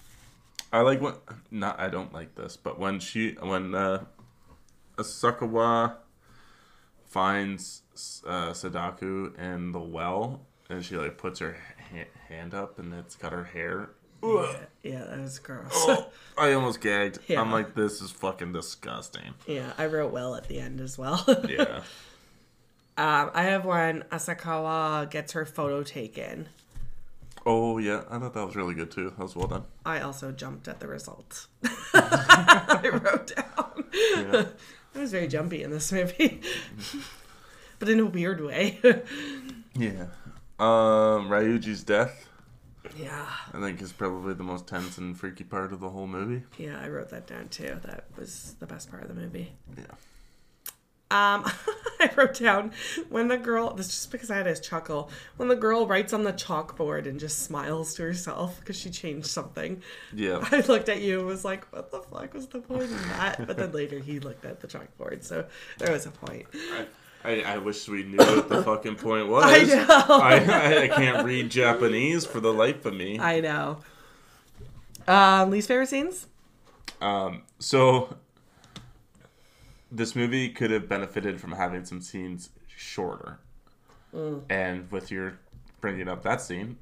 I like when not I don't like this, but when she when uh, Asakawa finds uh, Sadaku in the well, and she like puts her ha- hand up, and it's got her hair. Ugh.
yeah, that was gross.
Oh, I almost gagged.
Yeah.
I'm like, this is fucking disgusting.
Yeah, I wrote well at the end as well.
Yeah.
um, I have one. Asakawa gets her photo taken.
oh yeah, I thought that was really good too. That was well done.
I also jumped at the result. I wrote down.
Yeah.
I was very jumpy in this movie, but in a weird way.
yeah. Um, Ryuji's death,
yeah,
I think, is probably the most tense and freaky part of the whole movie.
yeah, I wrote that down too. That was the best part of the movie.
Yeah.
Um, I wrote down when the girl. This is just because I had a chuckle when the girl writes on the chalkboard and just smiles to herself because she changed something.
Yeah.
I looked at you and was like, what the fuck was the point in that? But then later he looked at the chalkboard, so there was a point.
I, I wish we knew what the fucking point was.
I know.
I, I can't read Japanese for the life of me.
I know. Um, least favorite scenes?
So, this movie could have benefited from having some scenes shorter. And with your bringing up that scene,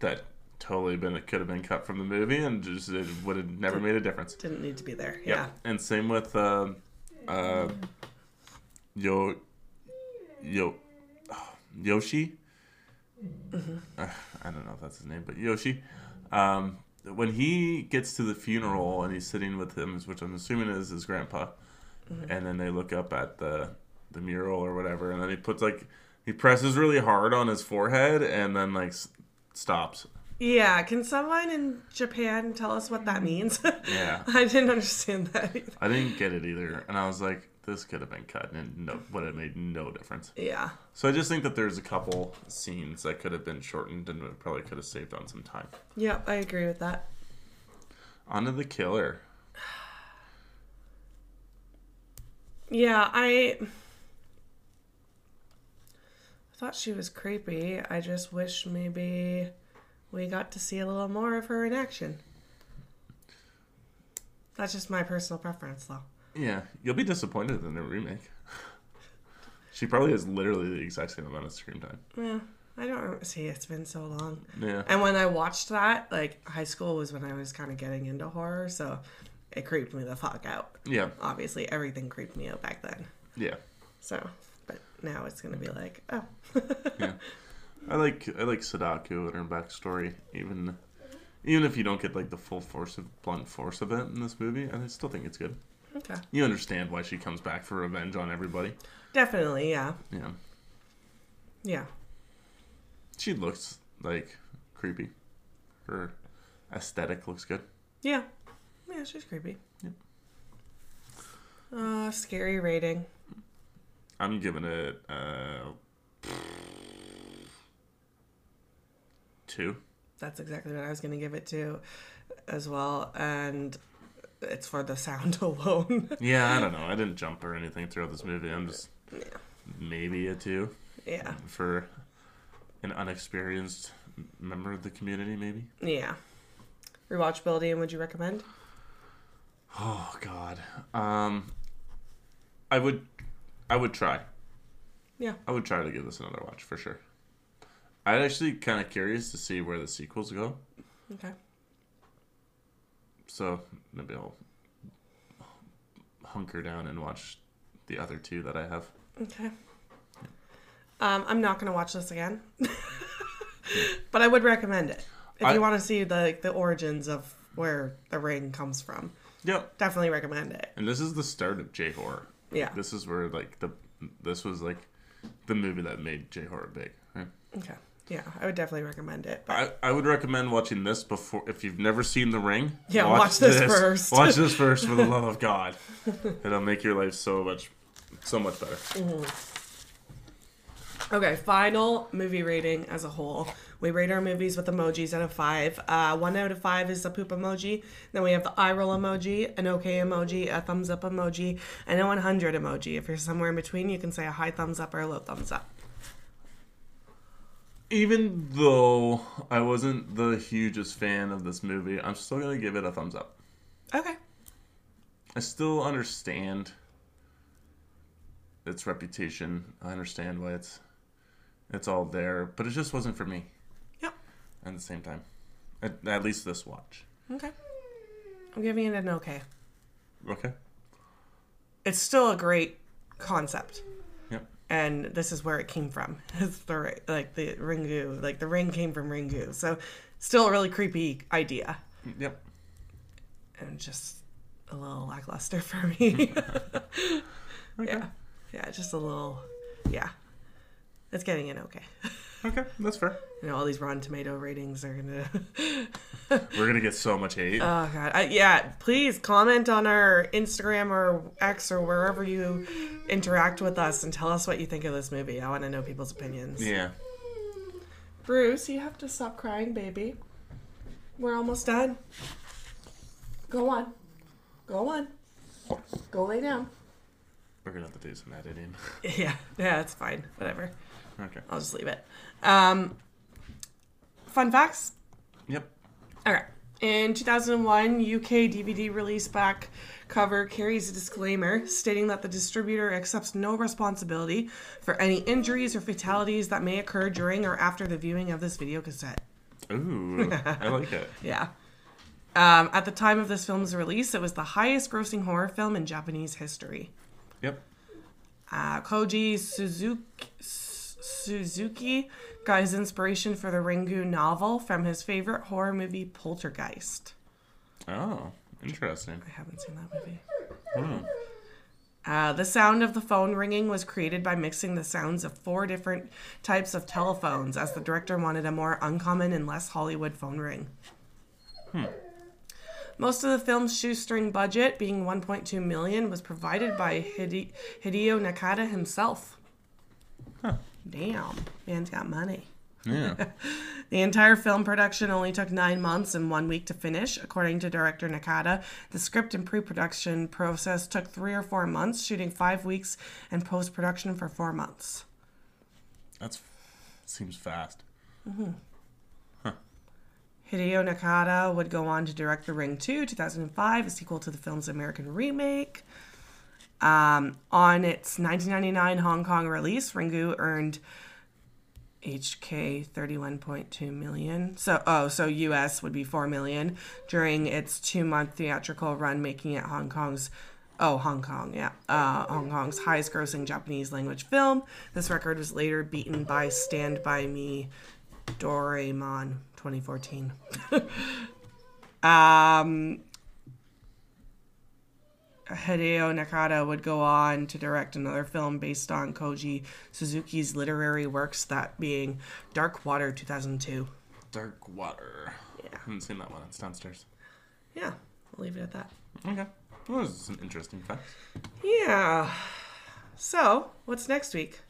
that totally been it could have been cut from the movie and just it would have never made a difference.
Didn't need to be there.
Yep.
Yeah.
And same with um, uh, Yo Yo Yoshi. Uh, I don't know if that's his name, but Yoshi. Um, when he gets to the funeral and he's sitting with him, which I'm assuming is his grandpa, and then they look up at the the mural or whatever, and then he puts like he presses really hard on his forehead and then like s- stops.
Yeah. Can someone in Japan tell us what that means?
Yeah.
I didn't understand that either.
I didn't get it either, and I was like, this could have been cut and no, would have made no difference.
Yeah.
So I just think that there's a couple scenes that could have been shortened and it probably could have saved on some time.
Yep. I agree with that.
Onto the killer.
Yeah. I. I thought she was creepy. I just wish maybe we got to see a little more of her in action. That's just my personal preference, though.
Yeah, you'll be disappointed in the remake. she probably has literally the exact same amount of screen time.
Yeah. I don't rem- see. It's been so long.
Yeah,
And when I watched that, like high school was when I was kind of getting into horror, so it creeped me the fuck out.
yeah,
Obviously, everything creeped me out back then.
yeah,
So, but now it's gonna be like, oh,
yeah. I like I like Sadako and her backstory. Even even if you don't get like the full force of blunt force of it in this movie, and I still think it's good.
okay,
You understand why she comes back for revenge on everybody.
definitely, yeah,
Yeah,
yeah,
she looks like creepy. Her aesthetic looks good.
yeah, yeah. She's creepy.
Yep.
Uh, scary rating.
I'm giving it uh two.
That's exactly what I was gonna give it to, as well, and it's for the sound alone.
Yeah, I don't know. I didn't jump or anything throughout this movie. I'm just maybe a two
yeah,
for an unexperienced m- member of the community. Maybe.
yeah. Rewatchability, and would you recommend?
Oh God. Um, I would, I would try.
Yeah.
I would try to give this another watch for sure. I'm actually kind of curious to see where the sequels go.
Okay.
So maybe I'll hunker down and watch the other two that I have.
Okay. Um, I'm not gonna watch this again, but I would recommend it if
I-
you want to see the like, the origins of where the ring comes from.
Yep.
Definitely recommend it.
And this is the start of J horror.
Yeah.
This is where like the this was like the movie that made J horror big. right?
Okay. Yeah, I would definitely recommend it. But
I, I would recommend watching this before if you've never seen The Ring.
Yeah, watch this first.
watch this first for the love of God. It'll make your life so much, so much better.
okay, final movie rating as a whole. We rate our movies with emojis out of five. Uh, one out of five is the poop emoji. Then we have the eye roll emoji, an okay emoji, a thumbs up emoji, and a 100 emoji. If you're somewhere in between, you can say a high thumbs up or a low thumbs up.
Even though I wasn't the hugest fan of this movie, I'm still gonna give it a thumbs up.
Okay.
I still understand its reputation. I understand why it's it's all there, but it just wasn't for me.
Yep.
At the same time, at, at least this watch.
Okay. I'm giving it an okay.
Okay.
It's still a great concept.
Yep.
and this is where it came from. It's the ri- like the Ringu, like the ring came from Ringu. So, still a really creepy idea,
Yep.
and just a little lackluster for me.
Okay.
yeah, yeah, just a little. Yeah, it's getting in okay.
Okay, that's fair.
You know, all these Rotten Tomato ratings are gonna.
We're gonna get so much hate.
Oh god, I, yeah! Please comment on our Instagram or X or wherever you interact with us and tell us what you think of this movie. I want to know people's opinions.
yeah.
Bruce, you have to stop crying, baby. We're almost done. Go on. Go on. Go lay down.
We're gonna have to do some editing.
Yeah, yeah, it's fine. Whatever.
okay.
I'll just leave it. Um, fun facts.
Yep.
Okay. In 2001, UK DVD release back cover carries a disclaimer stating that the distributor accepts no responsibility for any injuries or fatalities that may occur during or after the viewing of this video cassette.
Ooh, I like it.
Yeah. Um, at the time of this film's release, it was the highest grossing horror film in Japanese history.
Yep.
Uh, Koji Suzuki, S- Suzuki got his inspiration for the Ringu novel from his favorite horror movie, Poltergeist.
Oh, interesting.
I haven't seen that movie.
Hmm.
Uh, the sound of the phone ringing was created by mixing the sounds of four different types of telephones, as the director wanted a more uncommon and less Hollywood phone ring. Most of the film's shoestring budget, being 1.2 million, was provided by Hide- Hideo Nakata himself. Damn, man's got money.
Yeah.
The entire film production only took nine months and one week to finish. According to director Nakata, the script and pre production process took three or four months, shooting five weeks and post production for four months.
That's seems fast.
Hideo Nakata would go on to direct The Ring 2, 2005, a sequel to the film's American remake. Um, on its 1999 Hong Kong release, Ringu earned HK 31.2 million. So, oh, so US would be 4 million during its two month theatrical run, making it Hong Kong's. Oh, Hong Kong, yeah. Uh, Hong Kong's highest grossing Japanese language film. This record was later beaten by Stand By Me Doraemon 2014. um, Hideo Nakata would go on to direct another film based on Koji Suzuki's literary works, that being Dark Water 2002.
Dark water.
Yeah.
Haven't seen that one. It's downstairs.
Yeah, I'll leave it at that.
Okay. Those are some interesting facts.
Yeah. So, what's next week?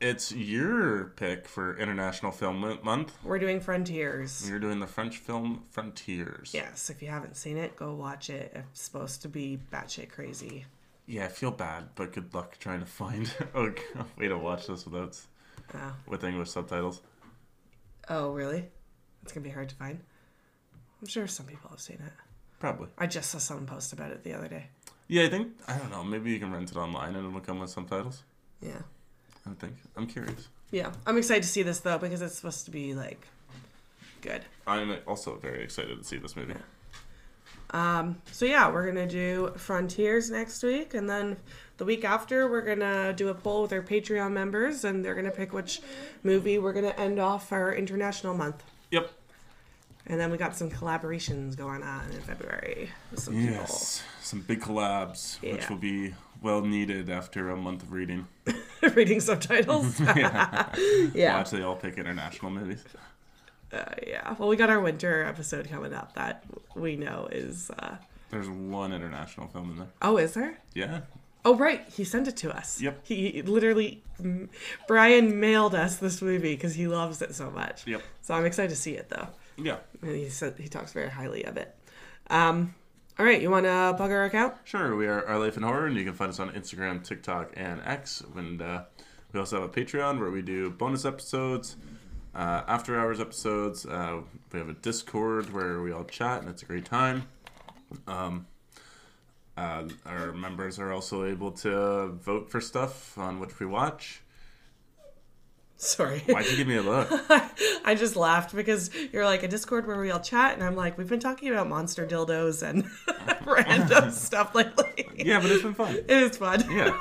It's your pick for International Film Mo- Month.
We're doing Frontiers.
You're doing the French film Frontiers.
Yes, if you haven't seen it, go watch it. It's supposed to be batshit crazy.
Yeah, I feel bad, but good luck trying to find a way to watch this without
Uh,
with English subtitles.
Oh, really? It's gonna be hard to find. I'm sure some people have seen it.
Probably.
I just saw someone post about it the other day.
Yeah, I think I don't know. Maybe you can rent it online and it'll come with subtitles.
Yeah.
I think. I'm curious.
Yeah. I'm excited to see this though because it's supposed to be like good.
I'm also very excited to see this movie.
Um, so yeah, we're gonna do Frontiers next week, and then the week after we're gonna do a poll with our Patreon members, and they're gonna pick which movie we're gonna end off our international month.
Yep.
And then we got some collaborations going on in February with some people.
Yes. Some big collabs, which
Yeah.
will be well needed after a month of reading.
Reading subtitles. yeah.
Watch they all pick international movies.
Uh, yeah. Well, we got our winter episode coming up that we know is. Uh...
There's one international film in there.
Oh, is there?
Yeah.
Oh, right. He sent it to us.
Yep.
He he literally, mm, Brian mailed us this movie because he loves it so much.
Yep.
So I'm excited to see it though.
Yeah.
And he said he talks very highly of it. Um, all right. You want to plug our account?
Sure, we are Our Life in Horror, and you can find us on Instagram, TikTok, and X. And uh, we also have a Patreon where we do bonus episodes, uh, after hours episodes. Uh, we have a Discord where we all chat, and it's a great time. Um, uh, our members are also able to vote for stuff on which we watch.
Sorry.
Why'd you give me a look?
I just laughed because you're like a Discord where we all chat, and I'm like, we've been talking about monster dildos and random stuff lately.
yeah, but it's been fun.
It is fun.
Yeah.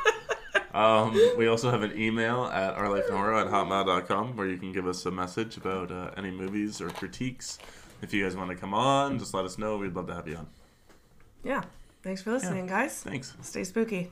Um, we also have an email at ourlifeinhorror at hotmail.com where you can give us a message about uh, any movies or critiques. If you guys want to come on, just let us know. We'd love to have you on.
Yeah. Thanks for listening, guys.
Thanks.
Stay spooky.